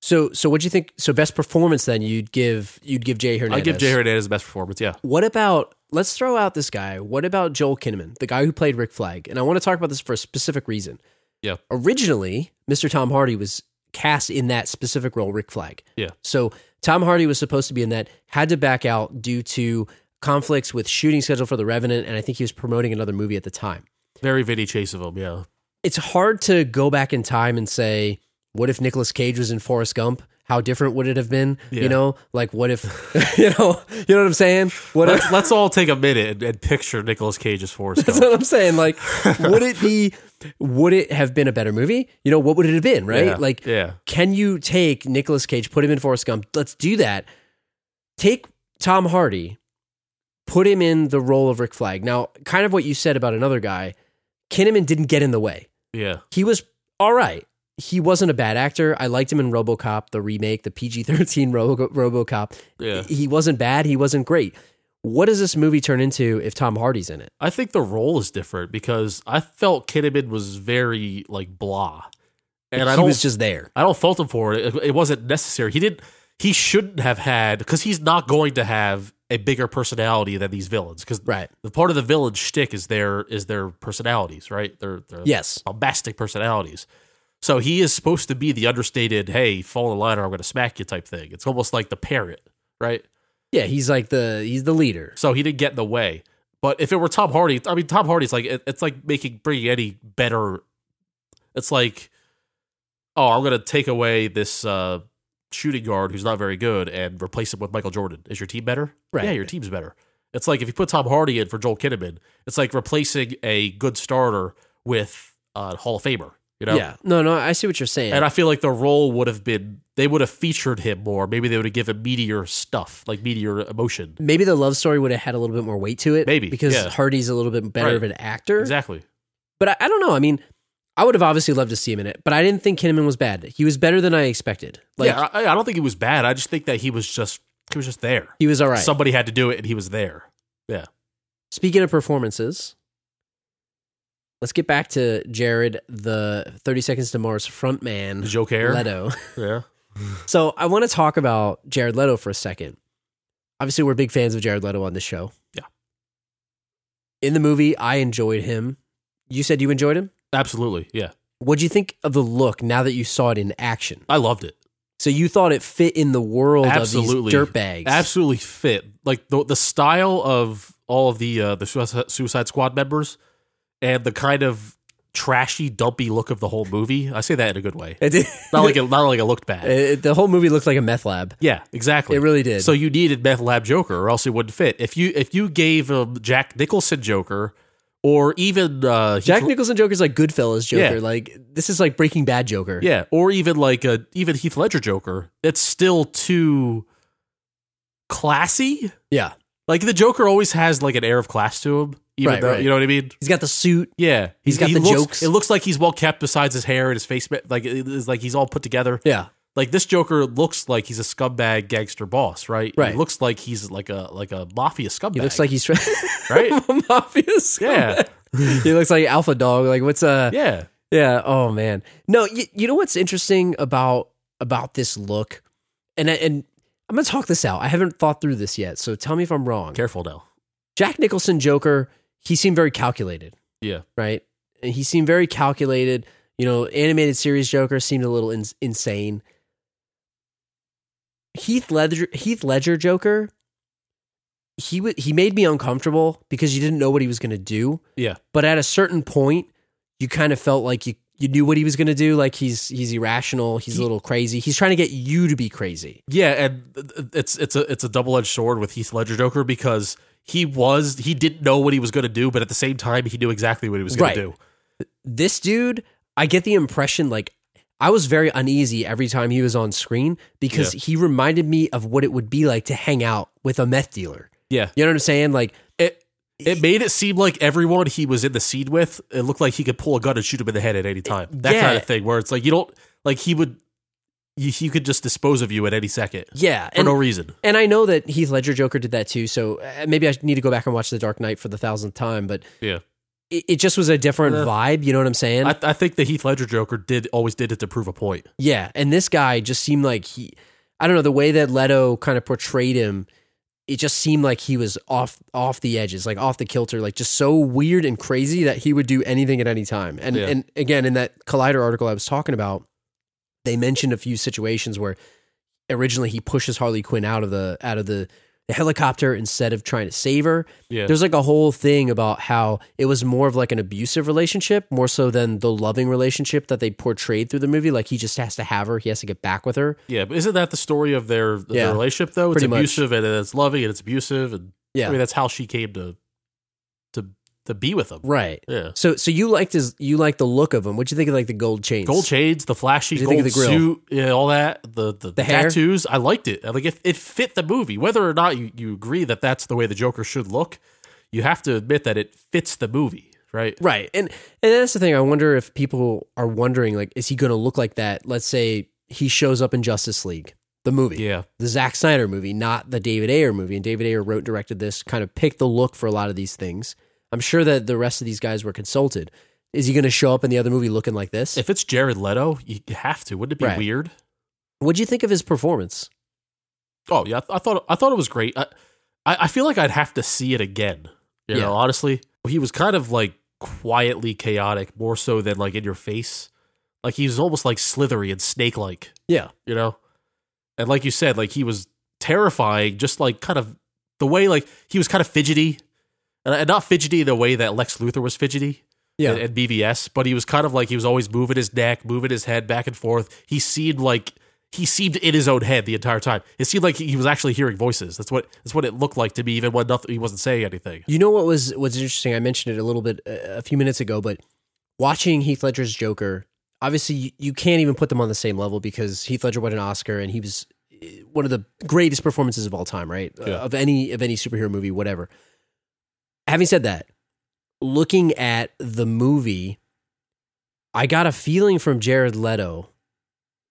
Speaker 1: So so what do you think? So best performance then you'd give you'd give Jay Hernandez.
Speaker 2: I give Jay Hernandez the best performance. Yeah,
Speaker 1: What about let's throw out this guy? What about Joel Kinnaman, the guy who played Rick Flag? And I want to talk about this for a specific reason.
Speaker 2: Yeah.
Speaker 1: Originally, Mr. Tom Hardy was cast in that specific role, Rick Flag.
Speaker 2: Yeah.
Speaker 1: So Tom Hardy was supposed to be in that, had to back out due to conflicts with shooting schedule for The Revenant, and I think he was promoting another movie at the time.
Speaker 2: very Vinny Chase of him. Yeah,
Speaker 1: It's hard to go back in time and say, what if Nicolas Cage was in Forrest Gump? How different would it have been?
Speaker 2: Yeah.
Speaker 1: You know, like what if, you know, you know what I'm saying? What if,
Speaker 2: let's, let's all take a minute and, and picture Nicolas Cage's Forrest
Speaker 1: That's
Speaker 2: Gump.
Speaker 1: what I'm saying. Like, would it be? Would it have been a better movie? You know, what would it have been? Right?
Speaker 2: Yeah,
Speaker 1: Like,
Speaker 2: yeah,
Speaker 1: can you take Nicolas Cage, put him in Forrest Gump? Let's do that. Take Tom Hardy, put him in the role of Rick Flag. Now, kind of what you said about another guy, Kinnaman didn't get in the way.
Speaker 2: yeah.
Speaker 1: He was all right. He wasn't a bad actor. I liked him in RoboCop, the remake, the PG-13 Robo- RoboCop.
Speaker 2: Yeah.
Speaker 1: He wasn't bad. He wasn't great. What does this movie turn into if Tom Hardy's in it?
Speaker 2: I think the role is different because I felt Kinnaman was very like blah, and I
Speaker 1: he
Speaker 2: don't
Speaker 1: was just there.
Speaker 2: I don't fault him for it. it. It wasn't necessary. He didn't. He shouldn't have had because he's not going to have a bigger personality than these villains. Because
Speaker 1: Right.
Speaker 2: the part of the villain shtick is their is their personalities, right? Their their
Speaker 1: Yes.
Speaker 2: bombastic personalities. So he is supposed to be the understated, hey, fall in line or I'm going to smack you type thing. It's almost like the parrot, right?
Speaker 1: Yeah, he's like the he's the leader.
Speaker 2: So he didn't get in the way. But if it were Tom Hardy, I mean, Tom Hardy's like it- it's like making bringing any better. It's like, oh, I'm gonna take away this uh, shooting guard who's not very good and replace him with Michael Jordan. Is your team better?
Speaker 1: Right.
Speaker 2: Yeah, your team's better. It's like if you put Tom Hardy in for Joel Kinnaman, it's like replacing a good starter with a Hall of Famer. You know.
Speaker 1: Yeah. No, no, I see what you're saying.
Speaker 2: And I feel like the role would have been they would have featured him more. Maybe they would have given meteor stuff, like meteor emotion.
Speaker 1: Maybe the love story would have had a little bit more weight to it.
Speaker 2: Maybe,
Speaker 1: Because
Speaker 2: yeah.
Speaker 1: Hardy's a little bit better
Speaker 2: Right.
Speaker 1: of an actor.
Speaker 2: Exactly.
Speaker 1: But I, I don't know. I mean, I would have obviously loved to see him in it, but I didn't think Kinnaman was bad. He was better than I expected. Like
Speaker 2: yeah, I, I don't think he was bad. I just think that he was just he was just there.
Speaker 1: he was all right.
Speaker 2: Somebody had to do it, and he was there.
Speaker 1: Speaking of performances, let's get back to Jared, the 30 Seconds to Mars frontman,
Speaker 2: Joe Care.
Speaker 1: Leto.
Speaker 2: Yeah,
Speaker 1: So I want to talk about Jared Leto for a second. Obviously, we're big fans of Jared Leto on this show.
Speaker 2: Yeah.
Speaker 1: In the movie, I enjoyed him. You said you enjoyed him.
Speaker 2: absolutely. Yeah,
Speaker 1: What'd you think of the look now that you saw it in action?
Speaker 2: I loved it.
Speaker 1: So you thought it fit in the world
Speaker 2: Absolutely.
Speaker 1: of these dirtbags.
Speaker 2: Absolutely fit. Like the the style of all of the uh, the Suicide Suicide Squad members, and the kind of trashy, dumpy look of the whole movie. I say that in a good way.
Speaker 1: It did-
Speaker 2: Not like it, not like it looked bad.
Speaker 1: It- the whole movie looked like a meth lab.
Speaker 2: Yeah, exactly.
Speaker 1: It really did.
Speaker 2: So you needed Meth Lab Joker, or else it wouldn't fit. If you if you gave him Jack Nicholson Joker, or even uh, Heath
Speaker 1: Jack Nicholson Joker's like Goodfellas Joker.
Speaker 2: Yeah.
Speaker 1: Like this is like Breaking Bad Joker.
Speaker 2: Yeah, or even like a even Heath Ledger Joker. That's still too classy.
Speaker 1: Yeah.
Speaker 2: Like the Joker always has like an air of class to him, even
Speaker 1: Right,
Speaker 2: though
Speaker 1: right.
Speaker 2: you know what I mean.
Speaker 1: He's got the suit.
Speaker 2: Yeah,
Speaker 1: He's got the
Speaker 2: looks,
Speaker 1: jokes.
Speaker 2: It looks like he's well kept, besides his hair and his face. ma- Like it- it's like he's all put together.
Speaker 1: Yeah.
Speaker 2: Like this Joker looks like he's a scumbag gangster boss, right?
Speaker 1: Right.
Speaker 2: He looks like he's like a like a mafia scumbag.
Speaker 1: He looks like he's
Speaker 2: right.
Speaker 1: obvious.
Speaker 2: yeah,
Speaker 1: he looks like Alpha Dog. Like what's uh
Speaker 2: yeah,
Speaker 1: Yeah. Oh man. No. You, you know what's interesting about about this look, and I- and I'm gonna talk this out. I haven't thought through this yet, so tell me if I'm wrong.
Speaker 2: careful now.
Speaker 1: Jack Nicholson Joker. He seemed very calculated,
Speaker 2: Yeah,
Speaker 1: right? And he seemed very calculated. You know, animated series Joker seemed a little in, insane. Heath Ledger, Heath Ledger Joker. He wa he made me uncomfortable because you didn't know what he was gonna do
Speaker 2: yeah,
Speaker 1: but at a certain point you kind of felt like you you knew what he was going to do like he's he's irrational he's a little crazy he's trying to get you to be crazy
Speaker 2: Yeah, and th- th- it's it's a it's a double edged sword with Heath Ledger Joker because he was he didn't know what he was going to do, but at the same time he knew exactly what he was going
Speaker 1: Right.
Speaker 2: to do.
Speaker 1: this dude i get the impression like I was very uneasy every time he was on screen because he reminded me of what it would be like to hang out with a meth dealer.
Speaker 2: Yeah.
Speaker 1: You know what I'm saying? Like
Speaker 2: It it made it seem like everyone he was in the scene with, it looked like he could pull a gun and shoot him in the head at any time. That
Speaker 1: Yeah.
Speaker 2: kind of thing, where it's like you don't like he would, you, he could just dispose of you at any second
Speaker 1: yeah,
Speaker 2: for
Speaker 1: and,
Speaker 2: no reason.
Speaker 1: and I know that Heath Ledger Joker did that too. So uh, maybe I need to go back and watch The Dark Knight for the thousandth time, but
Speaker 2: Yeah. Uh,
Speaker 1: it, it just was a different
Speaker 2: Yeah.
Speaker 1: vibe. You know what I'm saying?
Speaker 2: I, I think the Heath Ledger Joker did always did it to prove a point.
Speaker 1: Yeah, and this guy just seemed like he I don't know, the way that Leto kind of portrayed him, it just seemed like he was off off the edges, like off the kilter, like just so weird and crazy that he would do anything at any time. And
Speaker 2: Yeah.
Speaker 1: and again, in that Collider article I was talking about, they mentioned a few situations where originally he pushes Harley Quinn out of the out of the, the helicopter instead of trying to save her.
Speaker 2: Yeah.
Speaker 1: There's like a whole thing about how it was more of like an abusive relationship, more so than the loving relationship that they portrayed through the movie. Like he just has to have her, he has to get back with her.
Speaker 2: Yeah, but isn't that the story of their, of
Speaker 1: Yeah.
Speaker 2: their relationship though? It's
Speaker 1: Pretty much.
Speaker 2: abusive and it's loving and it's abusive and
Speaker 1: Yeah,
Speaker 2: I mean that's how she came to to to be with him.
Speaker 1: right.
Speaker 2: Yeah.
Speaker 1: So, so you liked his, you liked the look of him. What would you think of like the gold chains?
Speaker 2: Gold chains, the flashy
Speaker 1: What do you
Speaker 2: gold
Speaker 1: think of the grill?
Speaker 2: suit, yeah, all that, the the,
Speaker 1: hair?
Speaker 2: tattoos. I liked it. I Like it, it fit the movie. Whether or not you, you agree that that's the way the Joker should look, you have to admit that it fits the movie, right?
Speaker 1: Right. And and that's the thing. I wonder if people are wondering like, is he going to look like that? Let's say he shows up in Justice League, the movie.
Speaker 2: Yeah.
Speaker 1: the Zack Snyder movie, not the David Ayer movie. And David Ayer wrote and directed this, kind of picked the look for a lot of these things. I'm sure that the rest of these guys were consulted. Is he going to show up in the other movie looking like this?
Speaker 2: If it's Jared Leto, you have to. Wouldn't it be
Speaker 1: Right.
Speaker 2: weird?
Speaker 1: What'd you think of his performance?
Speaker 2: Oh yeah, I, th- I thought I thought it was great. I, I I feel like I'd have to see it again. You
Speaker 1: Yeah.
Speaker 2: know, honestly, he was kind of like quietly chaotic, more so than like in your face. Like he was almost like slithery and snake like.
Speaker 1: Yeah.
Speaker 2: you know, and like you said, like he was terrifying. Just like kind of the way like he was kind of fidgety, and, and not fidgety in the way that Lex Luthor was fidgety.
Speaker 1: Yeah.
Speaker 2: And, and BVS, but he was kind of like he was always moving his neck, moving his head back and forth. He seemed like he seemed in his own head the entire time. It seemed like he was actually hearing voices. That's what that's what it looked like to me, even when nothing, he wasn't saying anything.
Speaker 1: You know what was was interesting? I mentioned it a little bit uh, a few minutes ago, but watching Heath Ledger's Joker, obviously you, you can't even put them on the same level because Heath Ledger won an Oscar and he was uh, one of the greatest performances of all time, right? Uh,
Speaker 2: Yeah.
Speaker 1: of any of any superhero movie, whatever. Having said that, looking at the movie, I got a feeling from Jared Leto,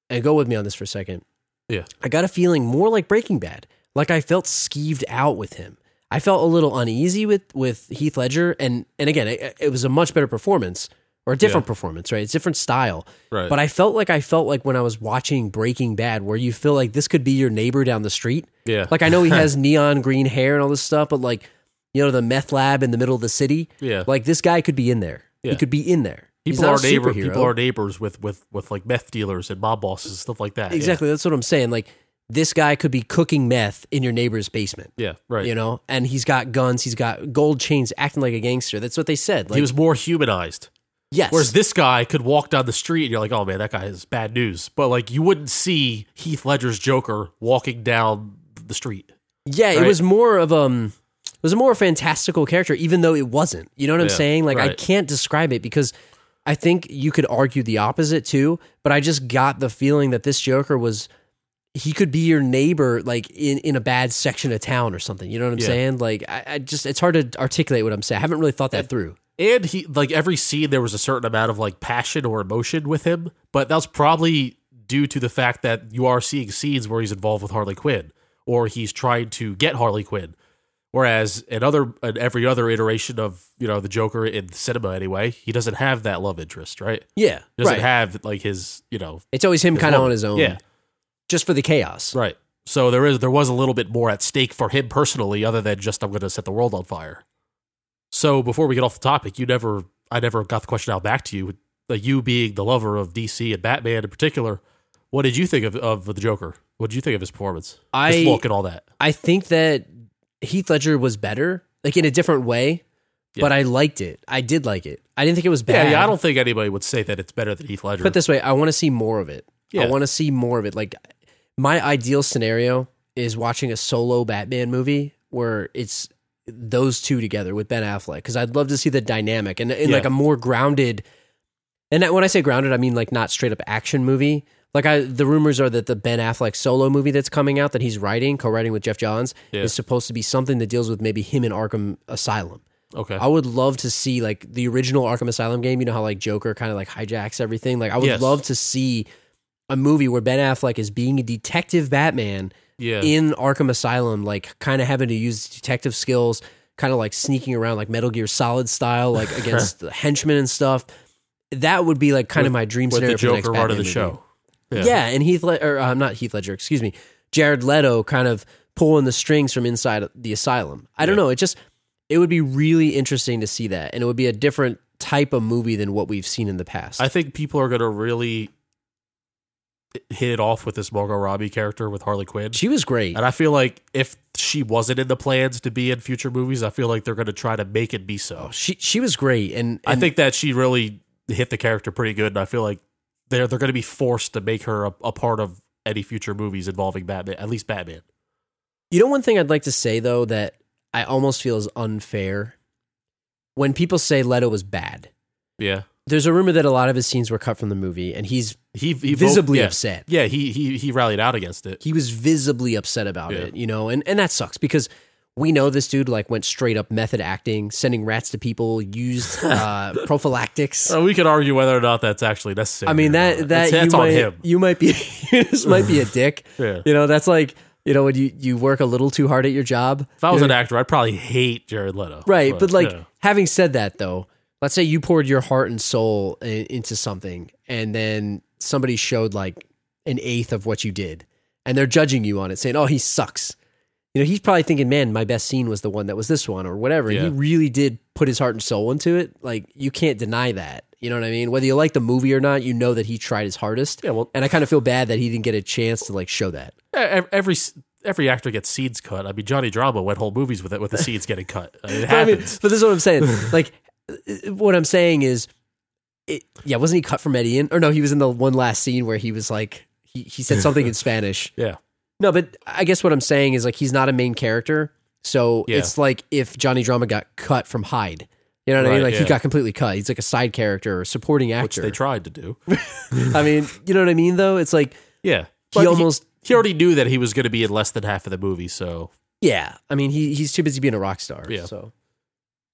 Speaker 1: and go with me on this for a second.
Speaker 2: Yeah.
Speaker 1: I got a feeling more like Breaking Bad. Like I felt skeeved out with him. I felt a little uneasy with with Heath Ledger, and and again, it, it was a much better performance or a different performance, right? It's different style,
Speaker 2: Right.
Speaker 1: but I felt like I felt like when I was watching Breaking Bad, where you feel like this could be your neighbor down the street.
Speaker 2: yeah.
Speaker 1: Like I know he has neon green hair and all this stuff, but like you know the meth lab in the middle of the city,
Speaker 2: yeah.
Speaker 1: like this guy could be in there. He
Speaker 2: Yeah.
Speaker 1: could be in there. He's
Speaker 2: people
Speaker 1: not
Speaker 2: are
Speaker 1: a
Speaker 2: neighbor,
Speaker 1: superhero.
Speaker 2: people are neighbors with with with like meth dealers and mob bosses and stuff like that. Yeah.
Speaker 1: exactly. That's what I'm saying. Like this guy could be cooking meth in your neighbor's basement.
Speaker 2: Yeah. right.
Speaker 1: You know, and he's got guns. He's got gold chains, acting like a gangster. That's what they said. Like,
Speaker 2: he was more humanized.
Speaker 1: yes,
Speaker 2: Whereas this guy could walk down the street and you're like, oh man, that guy is bad news. But like you wouldn't see Heath Ledger's Joker walking down the street.
Speaker 1: Yeah, it
Speaker 2: Right?
Speaker 1: was more of um it was a more fantastical character, even though it wasn't. You know what I'm
Speaker 2: Yeah,
Speaker 1: saying? Like I
Speaker 2: right.
Speaker 1: can't describe it because I think you could argue the opposite too, but I just got the feeling that this Joker was he could be your neighbor like in, in a bad section of town or something. You know what I'm
Speaker 2: Yeah.
Speaker 1: saying? Like I, I just it's hard to articulate what I'm saying. I haven't really thought that through.
Speaker 2: And he like every scene there was a certain amount of like passion or emotion with him, but that was probably due to the fact that you are seeing scenes where he's involved with Harley Quinn or he's trying to get Harley Quinn. Whereas in other in every other iteration of, you know, the Joker in cinema anyway, he doesn't have that love interest, right?
Speaker 1: Yeah.
Speaker 2: He doesn't
Speaker 1: right.
Speaker 2: have like his, you know,
Speaker 1: it's always him
Speaker 2: his
Speaker 1: kind of
Speaker 2: woman.
Speaker 1: on his own.
Speaker 2: Yeah.
Speaker 1: Just for the chaos.
Speaker 2: Right. So there is there was a little bit more at stake for him personally, other than just I'm going to set the world on fire. So before we get off the topic, you never I never got the question out back to you. Like you being the lover of DC and Batman in particular, what did you think of, of the Joker? What did you think of his performance,
Speaker 1: I
Speaker 2: his look, and all that?
Speaker 1: I think that Heath Ledger was better, like in a different way,
Speaker 2: Yeah.
Speaker 1: but I liked it. I did like it. I didn't think it was bad.
Speaker 2: Yeah, yeah. I don't think anybody would say that it's better than Heath Ledger.
Speaker 1: put it this way. I want to see more of it. I
Speaker 2: Yeah.
Speaker 1: want to see more of it. Like my ideal scenario is watching a solo Batman movie where it's those two together with Ben Affleck because I'd love to see the dynamic and in like
Speaker 2: Yeah.
Speaker 1: a more grounded And that- when I say grounded, I mean like not straight up action movie. Like I, the rumors are that the Ben Affleck solo movie that's coming out that he's writing, co-writing with Jeff Johns,
Speaker 2: Yeah.
Speaker 1: is supposed to be something that deals with maybe him in Arkham Asylum.
Speaker 2: Okay.
Speaker 1: I would love to see like the original Arkham Asylum game. You know how like Joker kind of like hijacks everything. Like I would
Speaker 2: Yes.
Speaker 1: love to see a movie where Ben Affleck is being a detective Batman
Speaker 2: yeah.
Speaker 1: in Arkham Asylum, like kind of having to use detective skills, kind of like sneaking around like Metal Gear Solid style, like against the henchmen and stuff. That would be like kind of my dream
Speaker 2: with
Speaker 1: scenario
Speaker 2: the
Speaker 1: for the next
Speaker 2: Joker part
Speaker 1: Batman
Speaker 2: of the
Speaker 1: movie.
Speaker 2: show.
Speaker 1: Yeah. and Heath Led- or uh, not Heath Ledger, excuse me, Jared Leto kind of pulling the strings from inside the asylum. I don't know. It just it would be really interesting to see that, and it would be a different type of movie than what we've seen in the past.
Speaker 2: I think people are going to really hit it off with this Margot Robbie character with Harley Quinn.
Speaker 1: she was great.
Speaker 2: and I feel like if she wasn't in the plans to be in future movies, I feel like they're going to try to make it be so.
Speaker 1: She she was great, and, Oh,
Speaker 2: I
Speaker 1: and
Speaker 2: think that she really hit the character pretty good, and I feel like they're they're going to be forced to make her a, a part of any future movies involving Batman, at least Batman.
Speaker 1: You know, one thing I'd like to say though that I almost feel is unfair when people say Leto was bad.
Speaker 2: Yeah,
Speaker 1: There's a rumor that a lot of his scenes were cut from the movie, and he's
Speaker 2: he, he vo-
Speaker 1: visibly
Speaker 2: yeah.
Speaker 1: upset.
Speaker 2: Yeah, he he he rallied out against it.
Speaker 1: He was visibly upset about
Speaker 2: Yeah.
Speaker 1: it, you know, and and that sucks because we know this dude like went straight up method acting, sending rats to people, used uh, prophylactics.
Speaker 2: So we could argue whether or not that's actually necessary.
Speaker 1: I mean
Speaker 2: or
Speaker 1: that
Speaker 2: not.
Speaker 1: that
Speaker 2: Oh, that's, that's
Speaker 1: you
Speaker 2: on
Speaker 1: might
Speaker 2: him.
Speaker 1: you might be this might be a dick.
Speaker 2: Yeah.
Speaker 1: You know, that's like you know when you you work a little too hard at your job.
Speaker 2: If I was an actor, I'd probably hate Jared Leto.
Speaker 1: Right, but, like
Speaker 2: yeah.
Speaker 1: having said that though, let's say you poured your heart and soul i- into something and then somebody showed like an eighth of what you did and they're judging you on it saying, "Oh, he sucks." You know, he's probably thinking, "Man, my best scene was the one that was this one or whatever." And
Speaker 2: Yeah.
Speaker 1: he really did put his heart and soul into it. Like you can't deny that. You know what I mean? Whether you like the movie or not, you know that he tried his hardest.
Speaker 2: Yeah, well-
Speaker 1: and I kind of feel bad that he didn't get a chance to like show that.
Speaker 2: E- every every actor gets scenes cut. I mean, Johnny Drama went whole movies with it with the scenes getting cut. I mean, It
Speaker 1: But I mean,
Speaker 2: happens.
Speaker 1: but this is what I'm saying. like, uh, what I'm saying is, it, yeah, wasn't he cut from Eddie? Or no, he was in the one last scene where he was like, he, he said something in Spanish.
Speaker 2: yeah,
Speaker 1: No, but I guess what I'm saying is like he's not a main character, so
Speaker 2: Yeah.
Speaker 1: it's like if Johnny Drama got cut from Hyde. You know what I mean?
Speaker 2: Right,
Speaker 1: Like he
Speaker 2: yeah.
Speaker 1: got completely cut. He's like a side character or supporting
Speaker 2: which they
Speaker 1: actor.
Speaker 2: tried to do.
Speaker 1: I mean, you know what I mean? Though it's like
Speaker 2: Yeah,
Speaker 1: he almost.
Speaker 2: he already knew that he was going to be in less than half of the movie. So
Speaker 1: Yeah, I mean he he's too busy being a rock star.
Speaker 2: Yeah.
Speaker 1: So,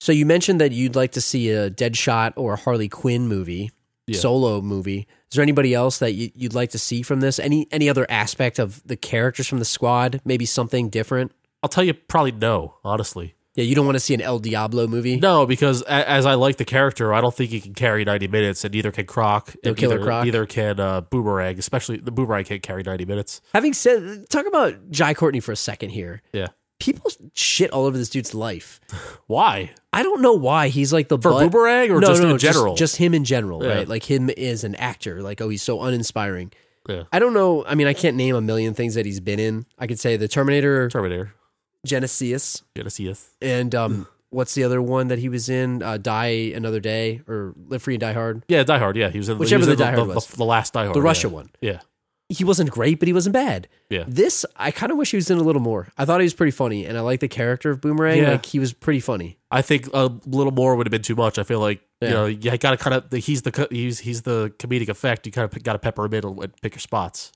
Speaker 1: so you mentioned that you'd like to see a Deadshot or a Harley Quinn movie,
Speaker 2: Yeah.
Speaker 1: solo movie. Is there anybody else that you, you'd like to see from this? Any any other aspect of the characters from the squad? Maybe something different.
Speaker 2: I'll tell you, probably no. Honestly,
Speaker 1: Yeah, you don't want to see an El Diablo movie.
Speaker 2: no, because a- as I like the character, I don't think he can carry ninety minutes, and neither can Croc.
Speaker 1: No
Speaker 2: and
Speaker 1: Killer
Speaker 2: neither,
Speaker 1: Croc.
Speaker 2: Neither can uh, Boomerang, especially the Boomerang can't carry ninety minutes.
Speaker 1: Having said, talk about Jai Courtney for a second here.
Speaker 2: Yeah,
Speaker 1: People shit all over this dude's life.
Speaker 2: why
Speaker 1: I don't know why he's like the
Speaker 2: for
Speaker 1: butt-
Speaker 2: Boomerang or just in
Speaker 1: just-
Speaker 2: general?
Speaker 1: Just, him in general,
Speaker 2: Yeah.
Speaker 1: right? Like him is an actor. Like, oh, he's so uninspiring.
Speaker 2: Yeah.
Speaker 1: I don't know. I mean, I can't name a million things that he's been in. I could say the Terminator,
Speaker 2: Terminator,
Speaker 1: Genesis,
Speaker 2: Genesis.
Speaker 1: and
Speaker 2: Mm.
Speaker 1: um, what's the other one that he was in? Uh, Die Another Day or Live Free and Die Hard.
Speaker 2: Yeah, Die Hard. Yeah, he was in he was
Speaker 1: Whichever
Speaker 2: in
Speaker 1: the Die Hard
Speaker 2: the,
Speaker 1: was.
Speaker 2: the last Die Hard,
Speaker 1: The Russia
Speaker 2: Oh, yeah.
Speaker 1: one.
Speaker 2: Yeah,
Speaker 1: He wasn't great, but he wasn't bad.
Speaker 2: Yeah.
Speaker 1: This, I kind of wish he was in a little more. I thought he was pretty funny, and I like the character of Boomerang.
Speaker 2: Yeah.
Speaker 1: Like he was pretty funny.
Speaker 2: I think a little more would have been too much. I feel like
Speaker 1: Yeah.
Speaker 2: you know you got to kind of he's the co- he's he's the comedic effect. You kind of got to pepper him in and pick your spots,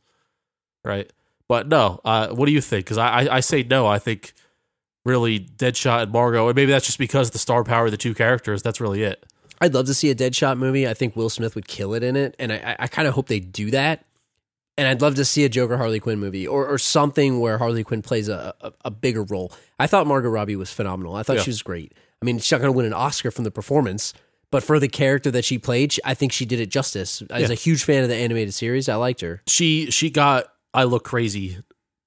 Speaker 2: right? But no, uh, what do you think? Because I, I I say no. I think really Deadshot and Margot, and maybe that's just because the star power of the two characters. That's really it.
Speaker 1: I'd love to see a Deadshot movie. I think Will Smith would kill it in it, and I- I, I kind of hope they do that. And I'd love to see a Joker Harley Quinn movie or, or something where Harley Quinn plays a, a, a bigger role. I thought Margot Robbie was phenomenal. I thought
Speaker 2: Yeah.
Speaker 1: she was great. I mean, she's not going to win an Oscar from the performance, but for the character that she played, she- I think she did it justice. I was
Speaker 2: Yeah.
Speaker 1: a huge fan of the animated series. I liked her.
Speaker 2: She she got I look crazy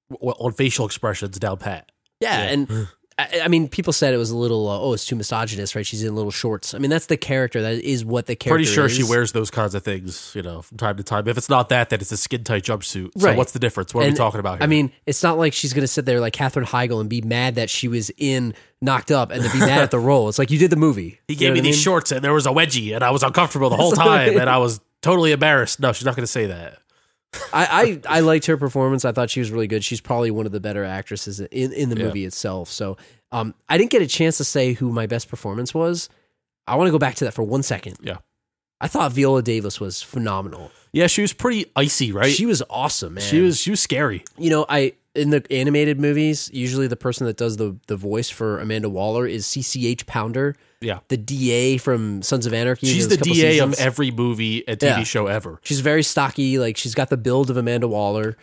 Speaker 2: w- on facial expressions down pat.
Speaker 1: Yeah,
Speaker 2: Yeah.
Speaker 1: and I, I mean, people said it was a little, uh, oh, it's too misogynist, right? She's in little shorts. I mean, that's the character. That is what the character
Speaker 2: Pretty sure she
Speaker 1: is.
Speaker 2: wears those kinds of things, you know, from time to time. If it's not that, then it's a skin tight jumpsuit.
Speaker 1: Right.
Speaker 2: So what's the difference? What are
Speaker 1: And,
Speaker 2: we talking about here?
Speaker 1: I mean, it's not like she's going to sit there like Katherine Heigl and be mad that she was in Knocked Up and then be mad at the role. It's like you did the movie.
Speaker 2: He
Speaker 1: You
Speaker 2: gave
Speaker 1: know
Speaker 2: me
Speaker 1: what I
Speaker 2: these
Speaker 1: mean?
Speaker 2: shorts and there was a wedgie and I was uncomfortable the whole time and I was totally embarrassed. No, she's not going to say that.
Speaker 1: I, I I liked her performance. I thought she was really good. She's probably one of the better actresses in in the
Speaker 2: Yeah.
Speaker 1: movie itself. So, um, I didn't get a chance to say who my best performance was. I want to go back to that for one second.
Speaker 2: Yeah.
Speaker 1: I thought Viola Davis was phenomenal.
Speaker 2: Yeah, she was pretty icy, right?
Speaker 1: She was awesome, man.
Speaker 2: she was she was scary.
Speaker 1: you know, I in the animated movies, usually the person that does the the voice for Amanda Waller is CCH Pounder,
Speaker 2: Yeah.
Speaker 1: the DA from Sons of Anarchy.
Speaker 2: She's
Speaker 1: those
Speaker 2: the
Speaker 1: couple
Speaker 2: DA
Speaker 1: seasons.
Speaker 2: of every movie and TV
Speaker 1: Yeah.
Speaker 2: show ever.
Speaker 1: She's very stocky, like she's got the build of Amanda Waller.